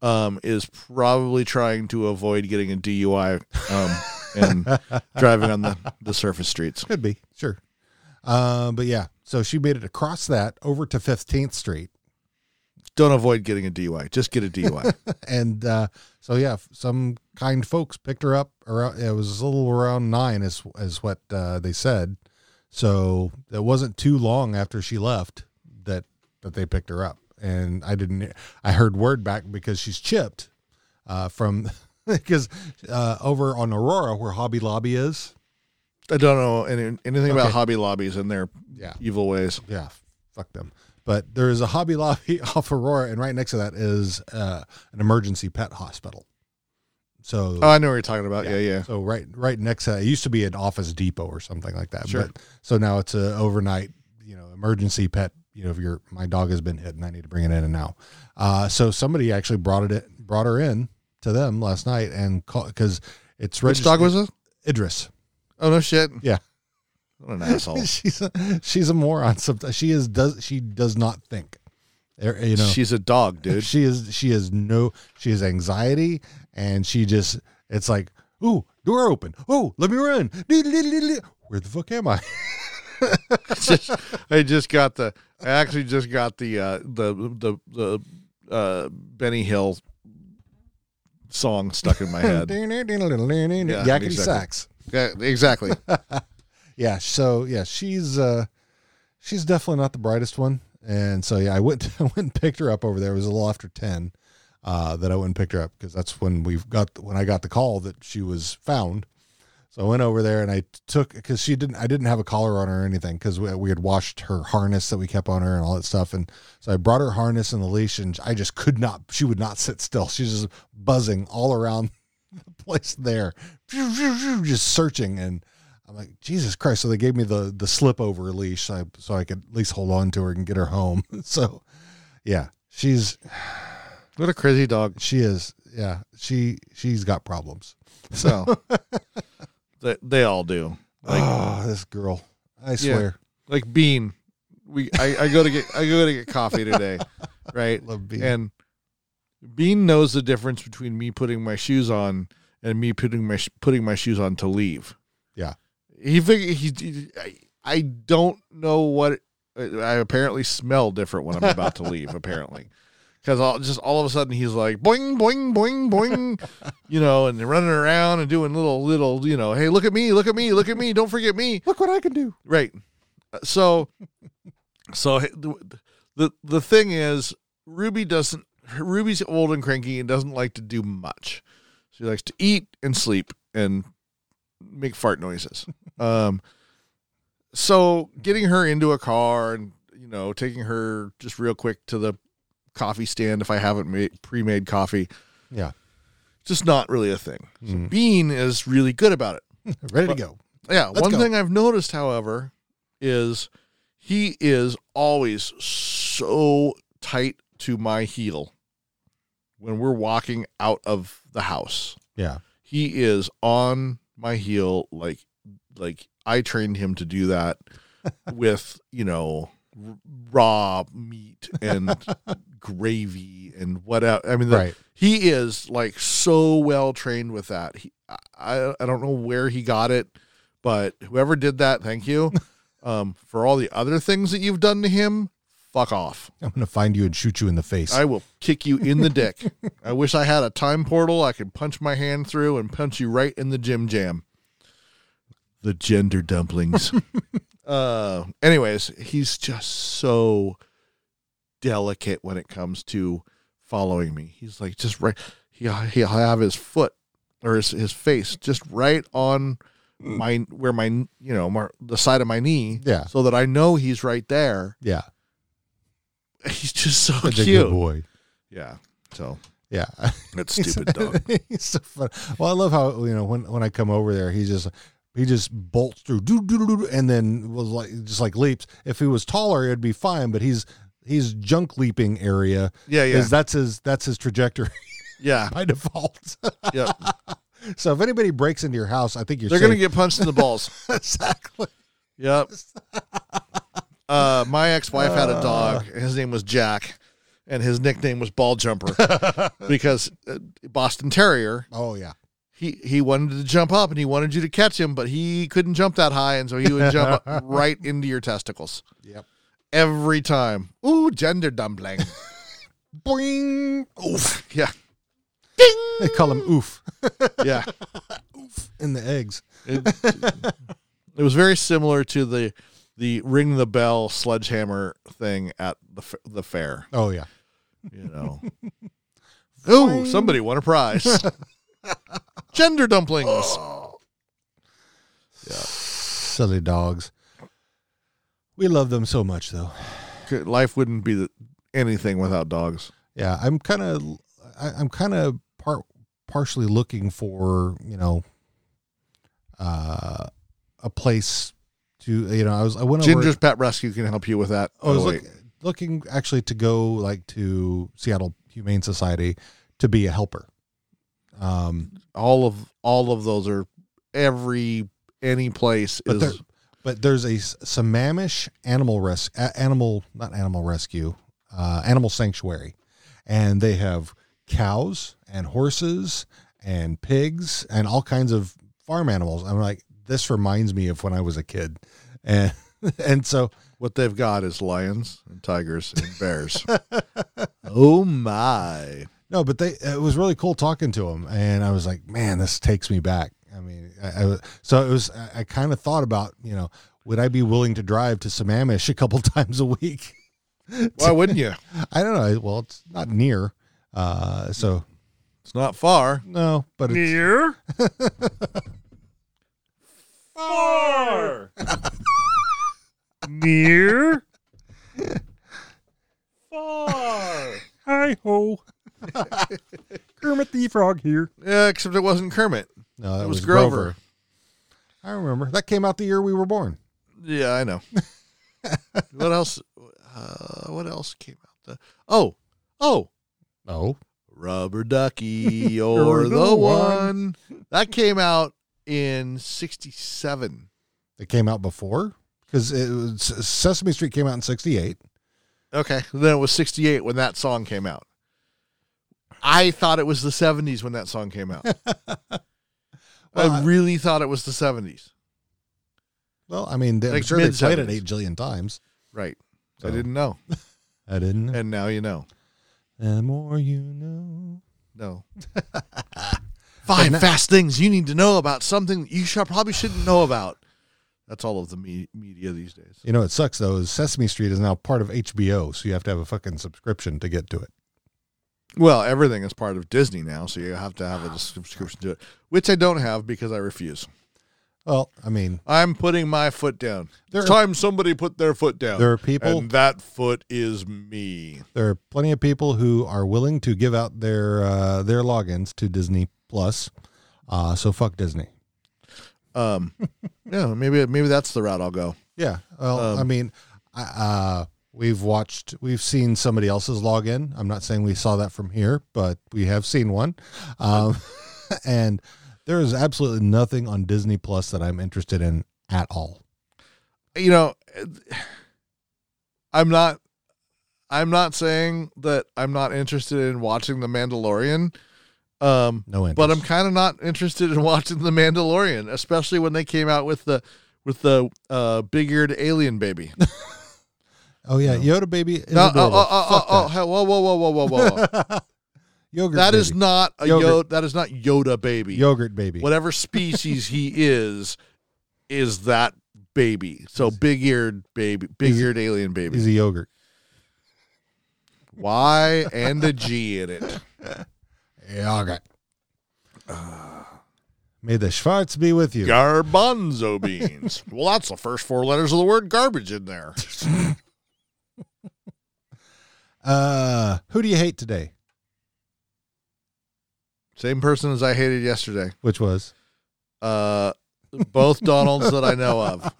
um, is probably trying to avoid getting a DUI um, and driving on the, the surface streets.
could be sure, uh, but yeah. So she made it across that over to 15th Street,
Don't avoid getting a DUI. Just get a DUI.
and uh, so yeah, f- some kind folks picked her up around. It was a little around nine, is is what uh, they said. So it wasn't too long after she left that that they picked her up, and I didn't. I heard word back because she's chipped uh, from because uh, over on Aurora where Hobby Lobby is.
I don't know any, anything about
Okay.
Hobby Lobbies and their
Yeah.
evil ways.
yeah, fuck them. But there is a Hobby Lobby off Aurora, and right next to that is uh, an emergency pet hospital. So
Oh, I know what you're talking about. Yeah, yeah.
So right, right next to it used to be an Office Depot or something like that.
Sure.
But so now it's a overnight, you know, emergency pet. You know, if your my dog has been hit and I need to bring it in and now. Uh, so somebody actually brought it brought her in to them last night and because it's
Which dog was it?
Idris.
Oh no shit.
Yeah.
What an asshole.
she's a, she's a moron. Sometimes she is does she does not think. Er, You know,
She's a dog, dude.
She is she is no she has anxiety and she just it's like, ooh, door open. Oh, let me run. Dee-dee-dee-dee-dee. Where the fuck am I?
just, I just got the. I actually just got the uh, the the the uh, Benny Hill song stuck in my head.
Yakety
exactly.
sax.
yeah, exactly.
Yeah, so yeah, she's uh she's definitely not the brightest one. And so yeah, I went I went and picked her up over there. It was a little after ten uh that I went and picked her up because that's when we've got when I got the call that she was found. So I went over there and I took because she didn't. I didn't have a collar on her or anything because we, we had washed her harness that we kept on her and all that stuff. And so I brought her harness and the leash, and I just could not. She would not sit still. She's just buzzing all around the place there, just searching. And I'm like, Jesus Christ! So they gave me the the slip over leash so I, so I could at least hold on to her and get her home. So yeah, she's
What a crazy dog.
she is yeah she she's got problems.
So they they all do. Like
oh, this girl! I swear.
like Bean. We I, I go to get I go to get coffee today, right?
Love being
And Bean knows the difference between me putting my shoes on and me putting my sh- putting my shoes on to leave.
Yeah.
he fig- he. he- I, I don't know what. It, I apparently smell different when I'm about to leave. Apparently, because all just all of a sudden he's like boing boing boing boing, you know, and running around and doing little little you know, hey look at me look at me look at me don't forget me
Look what I can do.
right Uh, so so h- the the- the thing is ruby doesn't ruby's old and cranky and doesn't like to do much she likes to eat and sleep and make fart noises um so getting her into a car and you know taking her just real quick to the coffee stand if i haven't made pre-made coffee
Yeah.
just not really a thing so
Mhm.
bean is really good about it
Ready
Mm. But-
to go.
yeah,
Let's
one
go.
thing I've noticed, however, is he is always so tight to my heel. when we're walking out of the house.
Yeah.
He is on my heel like like I trained him to do that with, you know, r- raw meat and gravy and whatever. I mean, the,
Right.
he is like so well trained with that. He, I, I don't know where he got it, but whoever did that, thank you. Um, for all the other things that you've done to him, fuck off.
I'm gonna find you and shoot you in the face.
I will kick you in the dick. I wish I had a time portal I could punch my hand through and punch you right in the gym jam. The gender dumplings. uh, anyways, he's just so delicate when it comes to following me. He's like just right. He he'll have his foot or his his face just right on my where my you know my, the side of my knee.
Yeah.
So that I know he's right there.
yeah.
He's just so
Such a good
cute.
boy.
Yeah. So
Yeah.
that
He's-
stupid dog.
he's so fun. Well, I love how you know when when I come over there, he just he just bolts through, doo, doo, doo, doo, and then was like just like leaps. If he was taller, it'd be fine, but he's he's junk leaping area.
Yeah, yeah,
Is that's his that's his trajectory
yeah,
by default.
yeah.
so if anybody breaks into your house, I think you're
They're
safe.
gonna get punched in the balls.
exactly.
Yep. Uh, my ex-wife had a dog. His name was Jack, and his nickname was Ball Jumper because uh, Boston Terrier.
Oh yeah.
He he wanted to jump up and he wanted you to catch him, but he couldn't jump that high, and so he would jump up right into your testicles
Yep.
every time. Ooh, gender dumpling.
Boing.
Oof. Yeah,
They call him oof
yeah.
in the eggs.
It, it was very similar to the the ring the bell sledgehammer thing at the f- the fair.
Oh yeah.
You know. Ooh, somebody won a prize. Gender dumplings.
Silly dogs. We love them so much though.
Good- Life wouldn't be the, anything without dogs.
yeah i'm kind of i'm kind of part partially looking for you know uh a place to you know i was i went over
Ginger's Pet Rescue can help you with that.
i was
Oh,
look,
wait.
looking actually to go like to seattle humane society to be a helper um
all of all of those are every any place
But
is
they're- but there's a S- Sammamish animal res a- animal not animal rescue uh, animal sanctuary, and they have cows and horses and pigs and all kinds of farm animals. I'm like, this reminds me of when I was a kid, and and so
what they've got is lions and tigers and bears. oh my.
no, but they it was really cool talking to them, and I was like, man, this takes me back. I mean, I, I was- so it was. I, I kind of thought about you know. Would I be willing to drive to Sammamish a couple times a week?
Why wouldn't you?
I don't know. Well, it's not near. Uh, so
It's not far.
no, but it's,
Near. far. Near. Far.
hi ho, Kermit the Frog here.
Yeah, except it wasn't Kermit.
No, that
It
was,
was
Grover.
Grover.
I remember that came out the year we were born.
Yeah, I know. what else? Uh, what else came out? The oh, oh,
Oh,
Rubber Ducky, you're
the
the,
one.
one. That came out in '67.
it came out before because it was Sesame Street came out in '68.
Okay, then it was '68 when that song came out. I thought it was the '70s when that song came out.
Well, I-
I really thought it was the '70s.
Well, I mean, they- I'm
Like
sure they played it
mid-seventies.
eight jillion times.
Right.
So.
I didn't know,
I didn't. know.
and now you know.
The more you know.
No. Five
now-
fast things you need to know about something you should, probably shouldn't know about. That's all of the me- media these days.
You know, it sucks though. Is Sesame Street is now part of HBO, so you have to have a fucking subscription to get to it.
Well, everything is part of Disney now, so you have to have a subscription to it, which I don't have because I refuse.
Well, I mean,
I'm putting my foot down.
There
it's
are-
time somebody put their foot down.
There are people-
and that foot is me.
There are plenty of people who are willing to give out their uh, their logins to Disney Plus. Uh, so fuck Disney.
Um, yeah, maybe maybe that's the route I'll go.
Yeah. Well, I mean, I, uh, We've watched, we've seen somebody else's login. I'm not saying we saw that from here, but we have seen one. Um, and there is absolutely nothing on Disney Plus that I'm interested in at all.
you know i'm not i'm not saying that i'm not interested in watching the mandalorian um
No interest.
but i'm kind of not interested in watching the mandalorian especially when they came out with the with the uh big-eared alien baby
oh yeah, Yoda baby. Is
no, oh,
adorable.
oh, oh,
Fuck
oh,
that.
oh, whoa whoa whoa whoa whoa whoa
Yogurt.
that is
baby.
not a
Yogurt.
yoda that is not yoda baby
yogurt baby.
whatever species he is is that baby so big-eared baby big-eared alien baby
He's a yogurt.
Y and a G in it.
Yogurt. May the Schwartz be with you.
Garbanzo beans. Well, that's the first four letters of the word garbage in there.
Uh, who do you hate today?
Same person as I hated yesterday.
Which was
Uh, both Donalds that I know of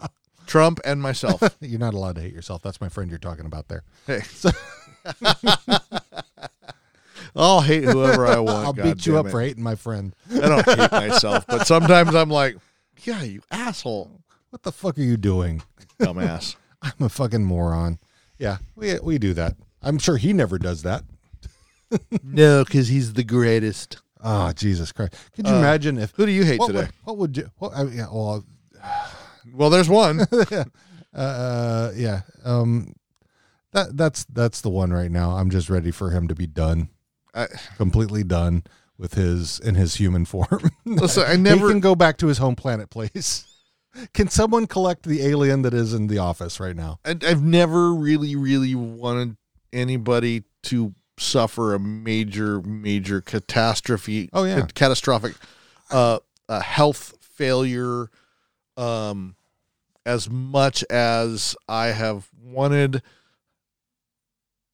Trump and myself.
you're not allowed to hate yourself. That's my friend you're talking about there.
Hey. I'll hate whoever I want.
I'll
Oh, God
beat you
damn
up
it.
for hating my friend.
I don't hate myself, but sometimes I'm like, yeah, you asshole.
What the fuck are you doing?
Dumbass.
I'm a fucking moron. Yeah, we we do that. I'm sure he never does that.
No, because he's the greatest.
Oh, Jesus Christ! Could you
Uh,
imagine if
Who do you hate
what
today?
Would, what would you? What, I, yeah, well,
Well, there's one.
uh, yeah. Um, that that's that's the one right now. I'm just ready for him to be done,
I,
completely done with his in his human form.
listen, I
He
never.
can go back to his home planet, please. Can someone collect the alien that is in the office right now?
I, I've never really, really wanted anybody to suffer a major, major catastrophe.
Oh, yeah.
cat- catastrophic, uh, a health failure. Um, as much as I have wanted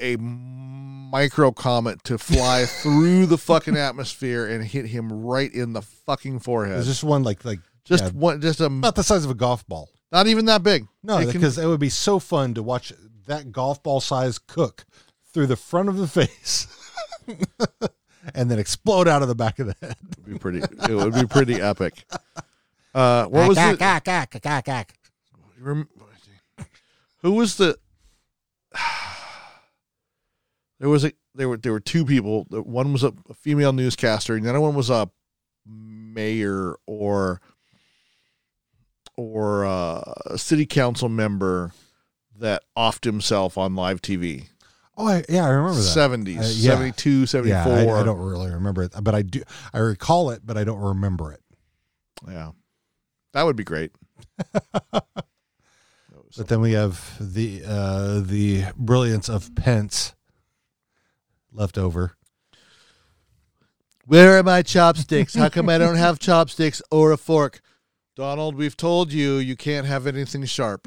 a micro comet to fly through the fucking atmosphere and hit him right in the fucking forehead,
There's
just,
just one like like yeah.
one, just a
about the size of a golf ball.
not even that big.
No,
It can-
because it would be so fun to watch that golf ball size cook through the front of the face and then explode out of the back of the head.
be pretty. It would be pretty epic. Uh, what was it? Rem- Who was the? There was a there were there were two people. The- One was a, a female newscaster, and the other one was a mayor or or uh, a city council member that offed himself on live TV.
Oh, I, yeah, I remember that.
70s,
Uh, yeah.
72, 74.
yeah, I, I don't really remember it, but I do. I recall it, but I don't remember it.
Yeah. That would be great.
But then we have the uh, the brilliance of Pence left over.
Where are my chopsticks? How come I don't have chopsticks or a fork? Donald, we've told you you can't have anything sharp.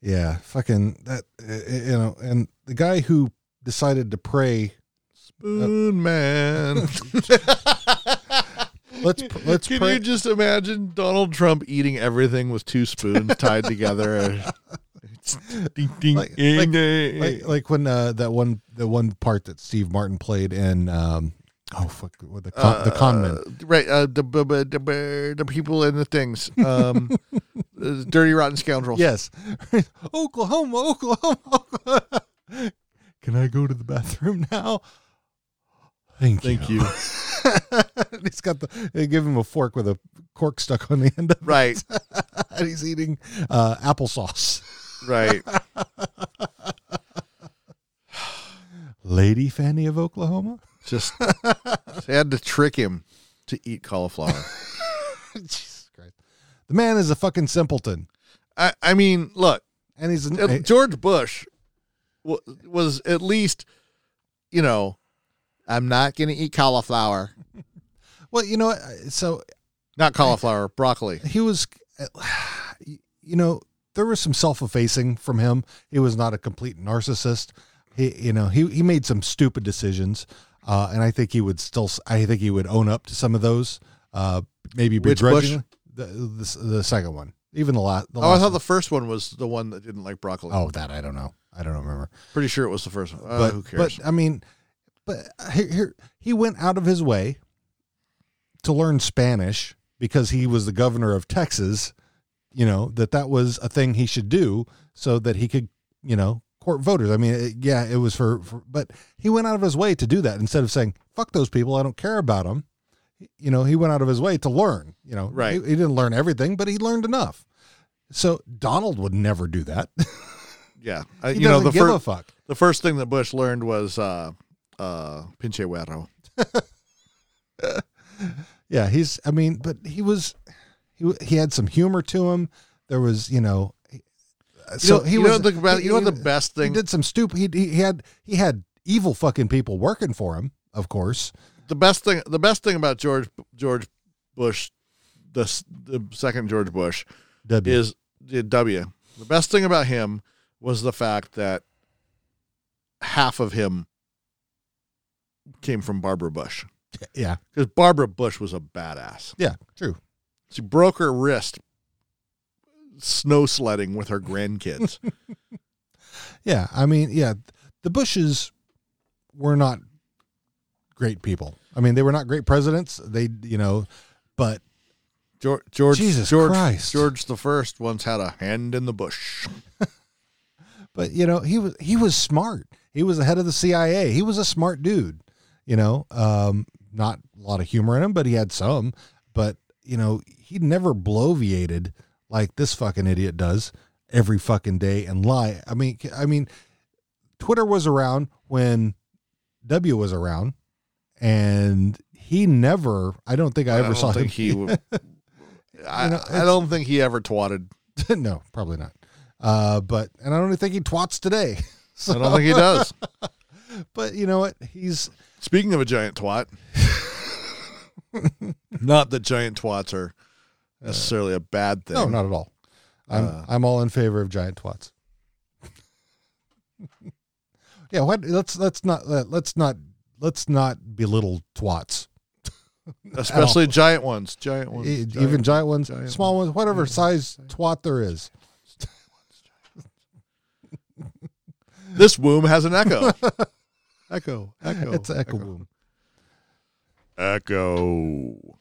Yeah, fucking that uh, you know, and the guy who decided to pray.
Spoon man.
Let's let's
Can
pray.
you just imagine Donald Trump eating everything with two spoons tied together? ding, ding,
Like-
ding,
like-
ding.
like like when uh, that one the one part that Steve Martin played in um oh fuck what the con, the con man
Uh, right, uh, the, the, the, the people and the things. Um, uh, dirty, rotten scoundrels.
yes Oklahoma Oklahoma, Oklahoma can I go to the bathroom now thank you
Thank you.
he's got the they give him a fork with a cork stuck on the end of
right,
it and he's eating uh, applesauce
right.
Lady Fanny of Oklahoma
Just they had to trick him to eat cauliflower.
Jesus Christ the man is a fucking simpleton
I, I mean, look,
and he's an,
uh, George Bush wa- was at least, you know, I'm not going to eat cauliflower.
well you know what? so
Not cauliflower, broccoli.
he was you know there was some self-effacing from him he was not a complete narcissist he you know he, he made some stupid decisions uh, and i think he would still i think he would own up to some of those uh, maybe
Which Bush?
begrudgingly the, the, the second one Even the last. The
Oh, I
last
thought the first one was the one that didn't like broccoli.
Oh, that I don't know. I don't remember.
Pretty sure it was the first one. Uh,
but
who cares?
but I mean, but here, here he went out of his way to learn Spanish because he was the governor of Texas. You know that that was a thing he should do so that he could you know court voters. I mean, it, yeah, it was for, for but he went out of his way to do that instead of saying fuck those people, I don't care about them. You know, he went out of his way to learn. You know,
Right.
He, he didn't learn everything, but he learned enough. So Donald would never do that.
yeah, I,
he
Uh, you know
doesn't
the
give a
first
fuck.
the first thing that Bush learned was uh, uh, pinche huero.
Yeah, he's. I mean, but he was. He w- he had some humor to him. There was, you know. he- So
know-
he
you know
was.
the best- you know
he-
the best thing-
He did some stupid. He, he had he had evil fucking people working for him, of course.
The best thing the best thing about George George Bush, the s- the second George Bush,
W.
is the W. The best thing about him was the fact that half of him came from Barbara Bush
yeah,
because Barbara Bush was a badass.
yeah, true.
She broke her wrist snow sledding with her grandkids.
Yeah, I mean, yeah, the Bushes were not great people. I mean, they were not great presidents. They, you know, but
George, George,
Jesus
George,
Christ.
George the First once had a hand in the bush.
but you know he was he was smart he was the head of the cia he was a smart dude you know um not a lot of humor in him but he had some but you know he never bloviated like this fucking idiot does every fucking day and lie i mean i mean twitter was around when w was around and he never i don't think i ever
don't
saw
think
him
he. w- I,
You know,
I don't think he ever twatted.
no probably not uh but and i don't even think he twats today
I don't think he does.
but you know what he's
Speaking of a giant twat, not that giant twats are necessarily a bad thing. Uh.
No, not at all. I'm I'm all in favor of giant twats. yeah, what, let's let's not let, let's not let's not belittle twats.
especially giant ones. Giant ones.
E-
giant-
Even giant ones,
giant
small ones, whatever size twat there is.
this womb has an echo. echo. Echo.
It's an echo boom.
Echo.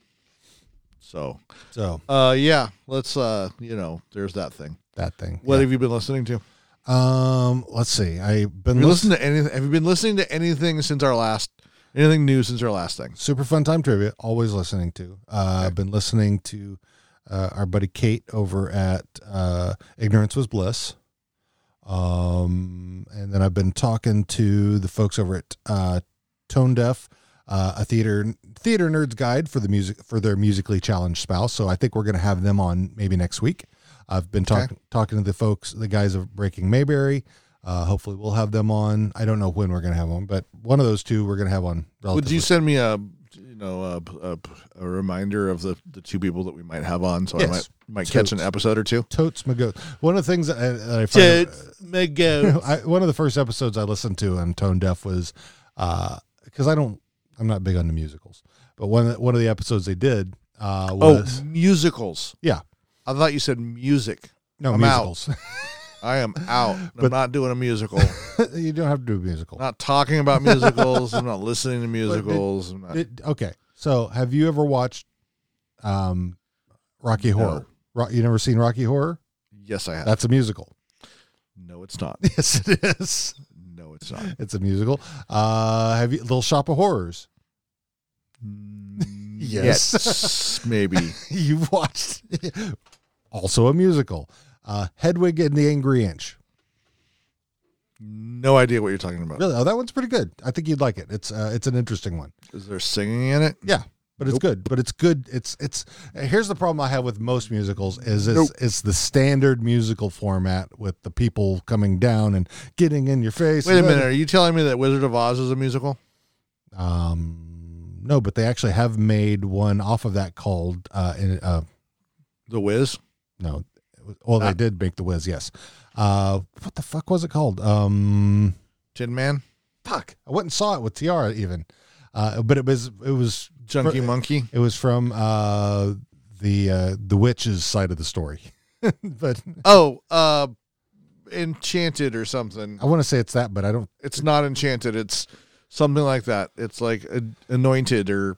So,
So
uh, yeah, let's. Uh, you know, there's that thing.
that thing.
What have you been listening to?
Yeah. Um, let's see. I've been
Have you
listening.
listened to anything? Have you been listening to anything since our last? Anything new since our last thing?
Super fun time trivia. Always listening to. Uh, I've been listening to uh, our buddy Kate over at uh, Ignorance Was Bliss. Um, and then I've been talking to the folks over at uh, Tone Deaf, uh, a theater theater nerds guide for the music for their musically challenged spouse. So I think we're going to have them on maybe next week. I've been talking talking to the folks, the guys of Breaking Mayberry. Uh, hopefully, we'll have them on. I don't know when we're going to have on, but one of those two we're going to have on.
Would
relatively
you send me a you know a, a, a reminder of the, the two people that we might have on so
Yes.
I might might catch an
Totes.
episode or two?
Totes McGoat. One of the things that I, that I find,
McGo.
I, one of the first episodes I listened to on Tone Deaf was because I don't, I'm not big on the musicals, but one of the- one of the episodes they did uh,
Oh,
was
musicals.
yeah,
I thought you said music.
no
I'm out.
musicals.
I am out. I'm not doing a musical.
you don't have to do a musical.
not talking about musicals. I'm not listening to musicals. I'm not,
It- okay, so have you ever watched um, Rocky
No.
Horror? Ro- you never seen Rocky Horror?
yes, I have.
That's a musical.
no, it's not.
Yes, it is.
No, it's not.
It's a musical. Uh, have you Little Shop of Horrors? Yes.
yes maybe.
you've watched also a musical uh hedwig and the angry inch
No idea what you're talking about.
really oh that one's pretty good i think you'd like it it's uh, it's an interesting one
Is there singing in it?
yeah but it's good but it's good it's it's here's the problem i have with most musicals is it's,
Nope.
it's the standard musical format with the people coming down and getting in your face
Wait a minute. Are you telling me that Wizard of Oz is a musical?
um no but they actually have made one off of that called uh, in, uh
The Wiz?
No. It was- Well,
Ah.
they did make the whiz, yes. Uh, what the fuck was it called? Um,
Tin Man?
fuck, I went and saw it with Tiara even, uh, but it was it was
Junkie
fr-
Monkey?
It was from uh, the uh, the witch's side of the story. but
Oh, uh, Enchanted or something.
I want to say it's that, but I don't.
It's not Enchanted. It's something like that. It's like a- Anointed or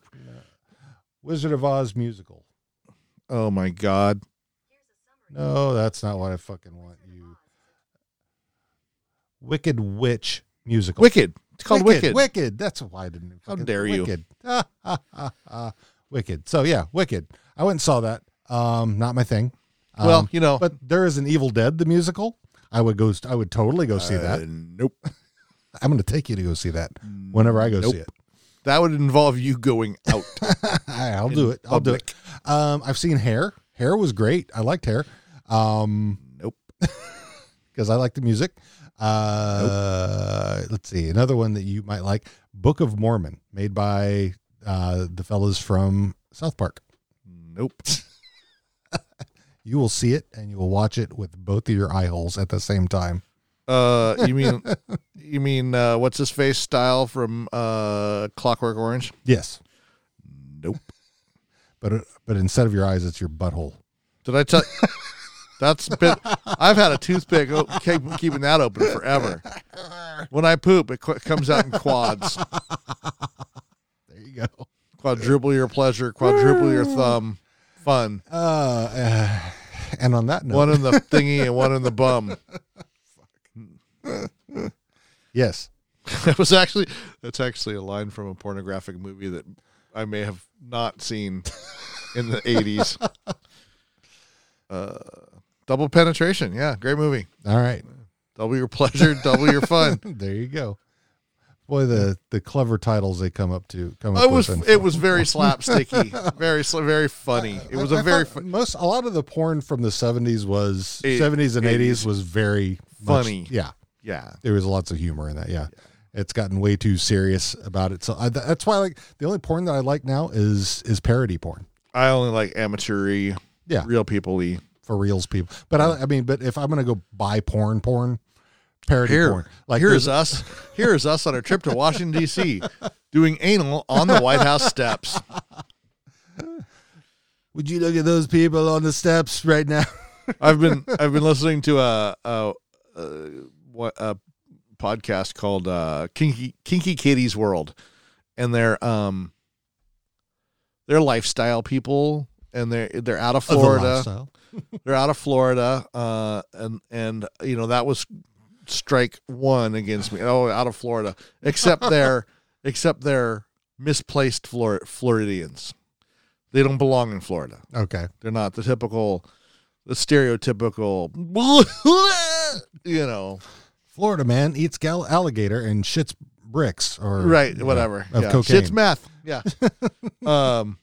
Wizard of Oz musical.
oh my god.
No, that's not what I fucking want you. Wicked Witch musical.
Wicked. It's called Wicked.
Wicked. That's why I didn't.
How
fucking-
dare you.
Wicked. Ah, ah, ah, ah. Wicked. So yeah, Wicked. I went and saw that. Um, not my thing. Um,
Well, you know,
but there is an Evil Dead the musical. I would go. I would totally go see
Uh,
that.
nope.
I'm going to take you to go see that whenever I go
Nope.
see it.
That would involve you going out.
I'll
In
do it. I'll do it. Um, I've seen Hair. Hair was great. I liked Hair. Um,
Nope.
because I like the music. Uh, Let's see another one that you might like: Book of Mormon, made by uh, the fellas from South Park.
nope.
You will see it and you will watch it with both of your eye holes at the same time.
Uh, you mean you mean uh, what's his face style from uh, Clockwork Orange?
Yes,
Nope.
but uh, but instead of your eyes, it's your butthole.
Did I tell? That's been. I've had a toothpick o- keep- keeping that open forever. When I poop, it qu- comes out in quads.
There you go.
Quadruple your pleasure, quadruple your thumb. Fun.
Uh, uh, and on that note,
One in the thingy and one in the bum.
yes,
That was actually that's actually a line from a pornographic movie that I may have not seen in the eighties. Uh, double penetration, yeah, great movie.
all right.
Double your pleasure, double your fun.
there you go. Boy, the the clever titles they come up to come up
It was
with.
it was very slapsticky, very sl- very funny. It was a very
fun.
fu-
most a lot of the porn from the seventies was
Eight-
seventies and eighties
80s.
was very much-
Funny.
yeah,
yeah.
there was lots of humor in that. Yeah, it's gotten way too serious about it. So I, th- that's why like the only porn that I like now is is parody porn
I only like amateury,
Yeah.
real people y.
for reals people. But I, I mean, but if I'm gonna go buy porn, porn parody porn,
Here,
like
here's
there's-
us. Here's us on a trip to Washington D.C. doing anal on the White House steps.
would you look at those people on the steps right now?
I've been I've been listening to a a, a, what- a podcast called uh, Kinky Kinky Kitty's World, and they're um they're lifestyle people, and they're they're out of
Of the
Florida.
lifestyle.
they're out of Florida, uh, and and you know that was strike one against me. Oh, out of Florida, except they're except they're misplaced Flor- Floridians. They don't belong in Florida.
Okay.
They're not the typical, the stereotypical, you know,
Florida man eats gal- alligator and shits bricks or
right,
you know,
whatever.
of
yeah.
cocaine.
Shit's meth. Yeah. um,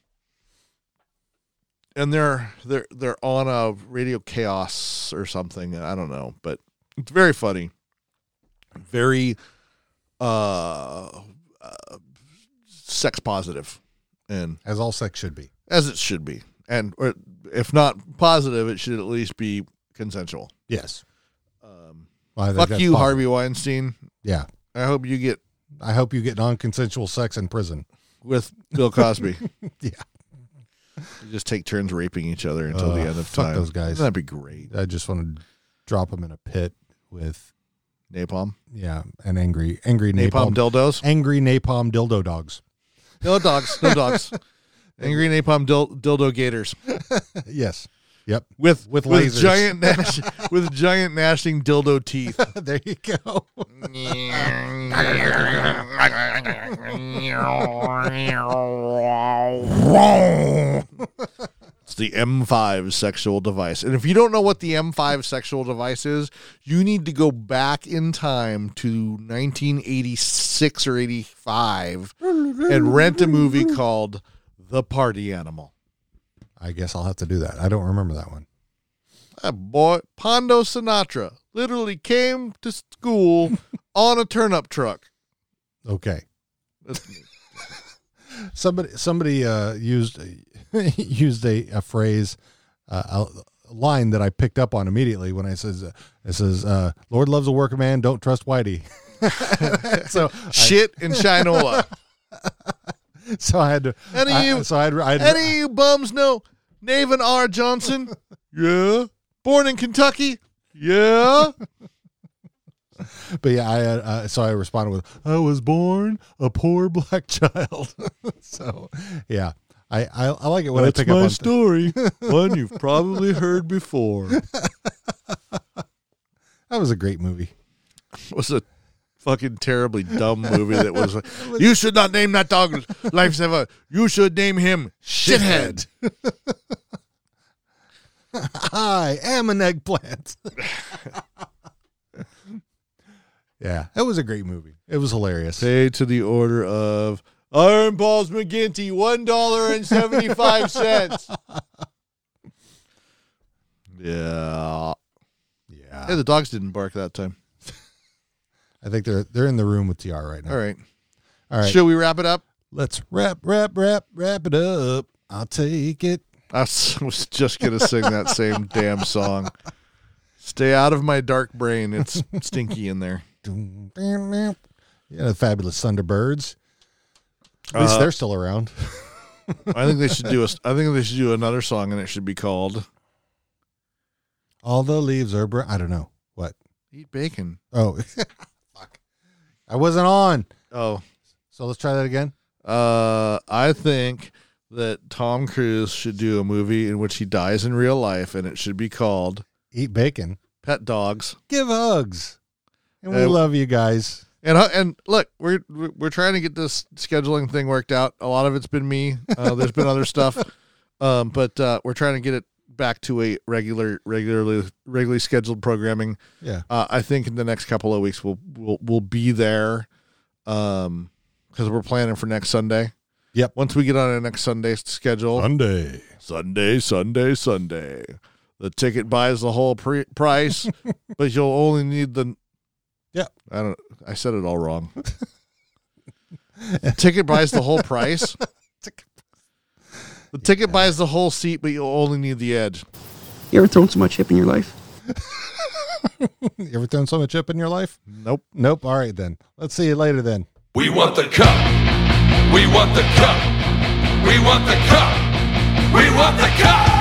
and they're they're they're on a radio chaos or something. I don't know, but it's very funny, very uh, uh sex positive, and
as all sex should be.
as it should be. And or if not positive, it should at least be consensual.
Yes.
Um,
Well, I think
Fuck you,
that's possible.
Harvey Weinstein.
Yeah.
I hope you get
I hope you get non-consensual sex in prison.
with Bill Cosby.
Yeah.
You just take turns raping each other until the
Uh,
end of
fuck
time.
those guys.
That'd be great.
I just want to drop them in a pit with
Napalm.
yeah, an angry angry
Napalm,
napalm,
dildos.
angry napalm dildo dogs.
No dogs. No dogs. Angry napalm dil- dildo gators
yes. Yep.
with
With lasers.
giant gnash, with giant gnashing dildo teeth.
there you go.
It's the M5 sexual device. And if you don't know what the M5 sexual device is, you need to go back in time to 1986 or 85 and rent a movie called The Party Animal.
I guess I'll have to do that. I don't remember that one.
That boy, Pondo Sinatra, literally came to school on a turnip truck.
Okay.
That's-
Somebody somebody uh, used used a, a phrase uh, a line that I picked up on immediately when I says uh, it says uh, Lord loves a working man, don't trust Whitey. so
Shit in Shinola.
so I had to
Any
I-
you-
so I had, I had
Any of you bums know Navin R. Johnson? yeah. Born in Kentucky? Yeah.
But yeah, I uh, uh, so I responded with, "I was born a poor black child." so yeah, I, I I like it when I
That's
pick up
my
on th-
story. one you've probably heard before.
that was a great movie.
was a fucking terribly dumb movie that was like, you should not name that dog lifesaver. You should name him shithead.
I am an eggplant. yeah, that was a great movie. It was hilarious.
Say to the order of Iron Balls McGinty, one dollar and seventy five cents. Yeah. Hey,
Yeah,
the dogs didn't bark that time.
I think they're they're in the room with Tr right now.
All right.
All right.
Should we wrap it up?
Let's wrap wrap wrap wrap it up. I'll take it.
I s- was just gonna sing that same damn song. Stay out of my dark brain. It's stinky in there.
Yeah, the fabulous Thunderbirds. At least
Uh,
they're still around.
I think they should do a. I think they should do another song, and it should be called
All the leaves are brown. I don't know what.
"Eat Bacon."
Oh, fuck! I wasn't on.
Oh,
So let's try that again.
uh, I think that Tom Cruise should do a movie in which he dies in real life, and it should be called
Eat bacon.
"Pet Dogs."
Give hugs. And we
Uh,
love you guys.
And I- and look, we're we're we're trying to get this scheduling thing worked out. A lot of it's been me. Uh, there's been other stuff, um, but uh, we're trying to get it back to a regular, regularly, regularly scheduled programming.
Yeah.
Uh, I think in the next couple of weeks we'll we'll we'll be there, um, because we're planning for next Sunday.
Yep.
Once we get on our next Sunday s- schedule,
Sunday.
Sunday, Sunday, Sunday, the ticket buys the whole pre- price, but you'll only need the.
Yep.
I don't. I said it all wrong. ticket buys the whole price. The ticket buys the whole seat, but you'll only need the edge.
You ever thrown so much hip in your life?
You ever thrown so much up in your life?
Nope.
Nope. All right then. Let's see you later then.
We want the cup. We want the cup. We want the cup. We want the cup.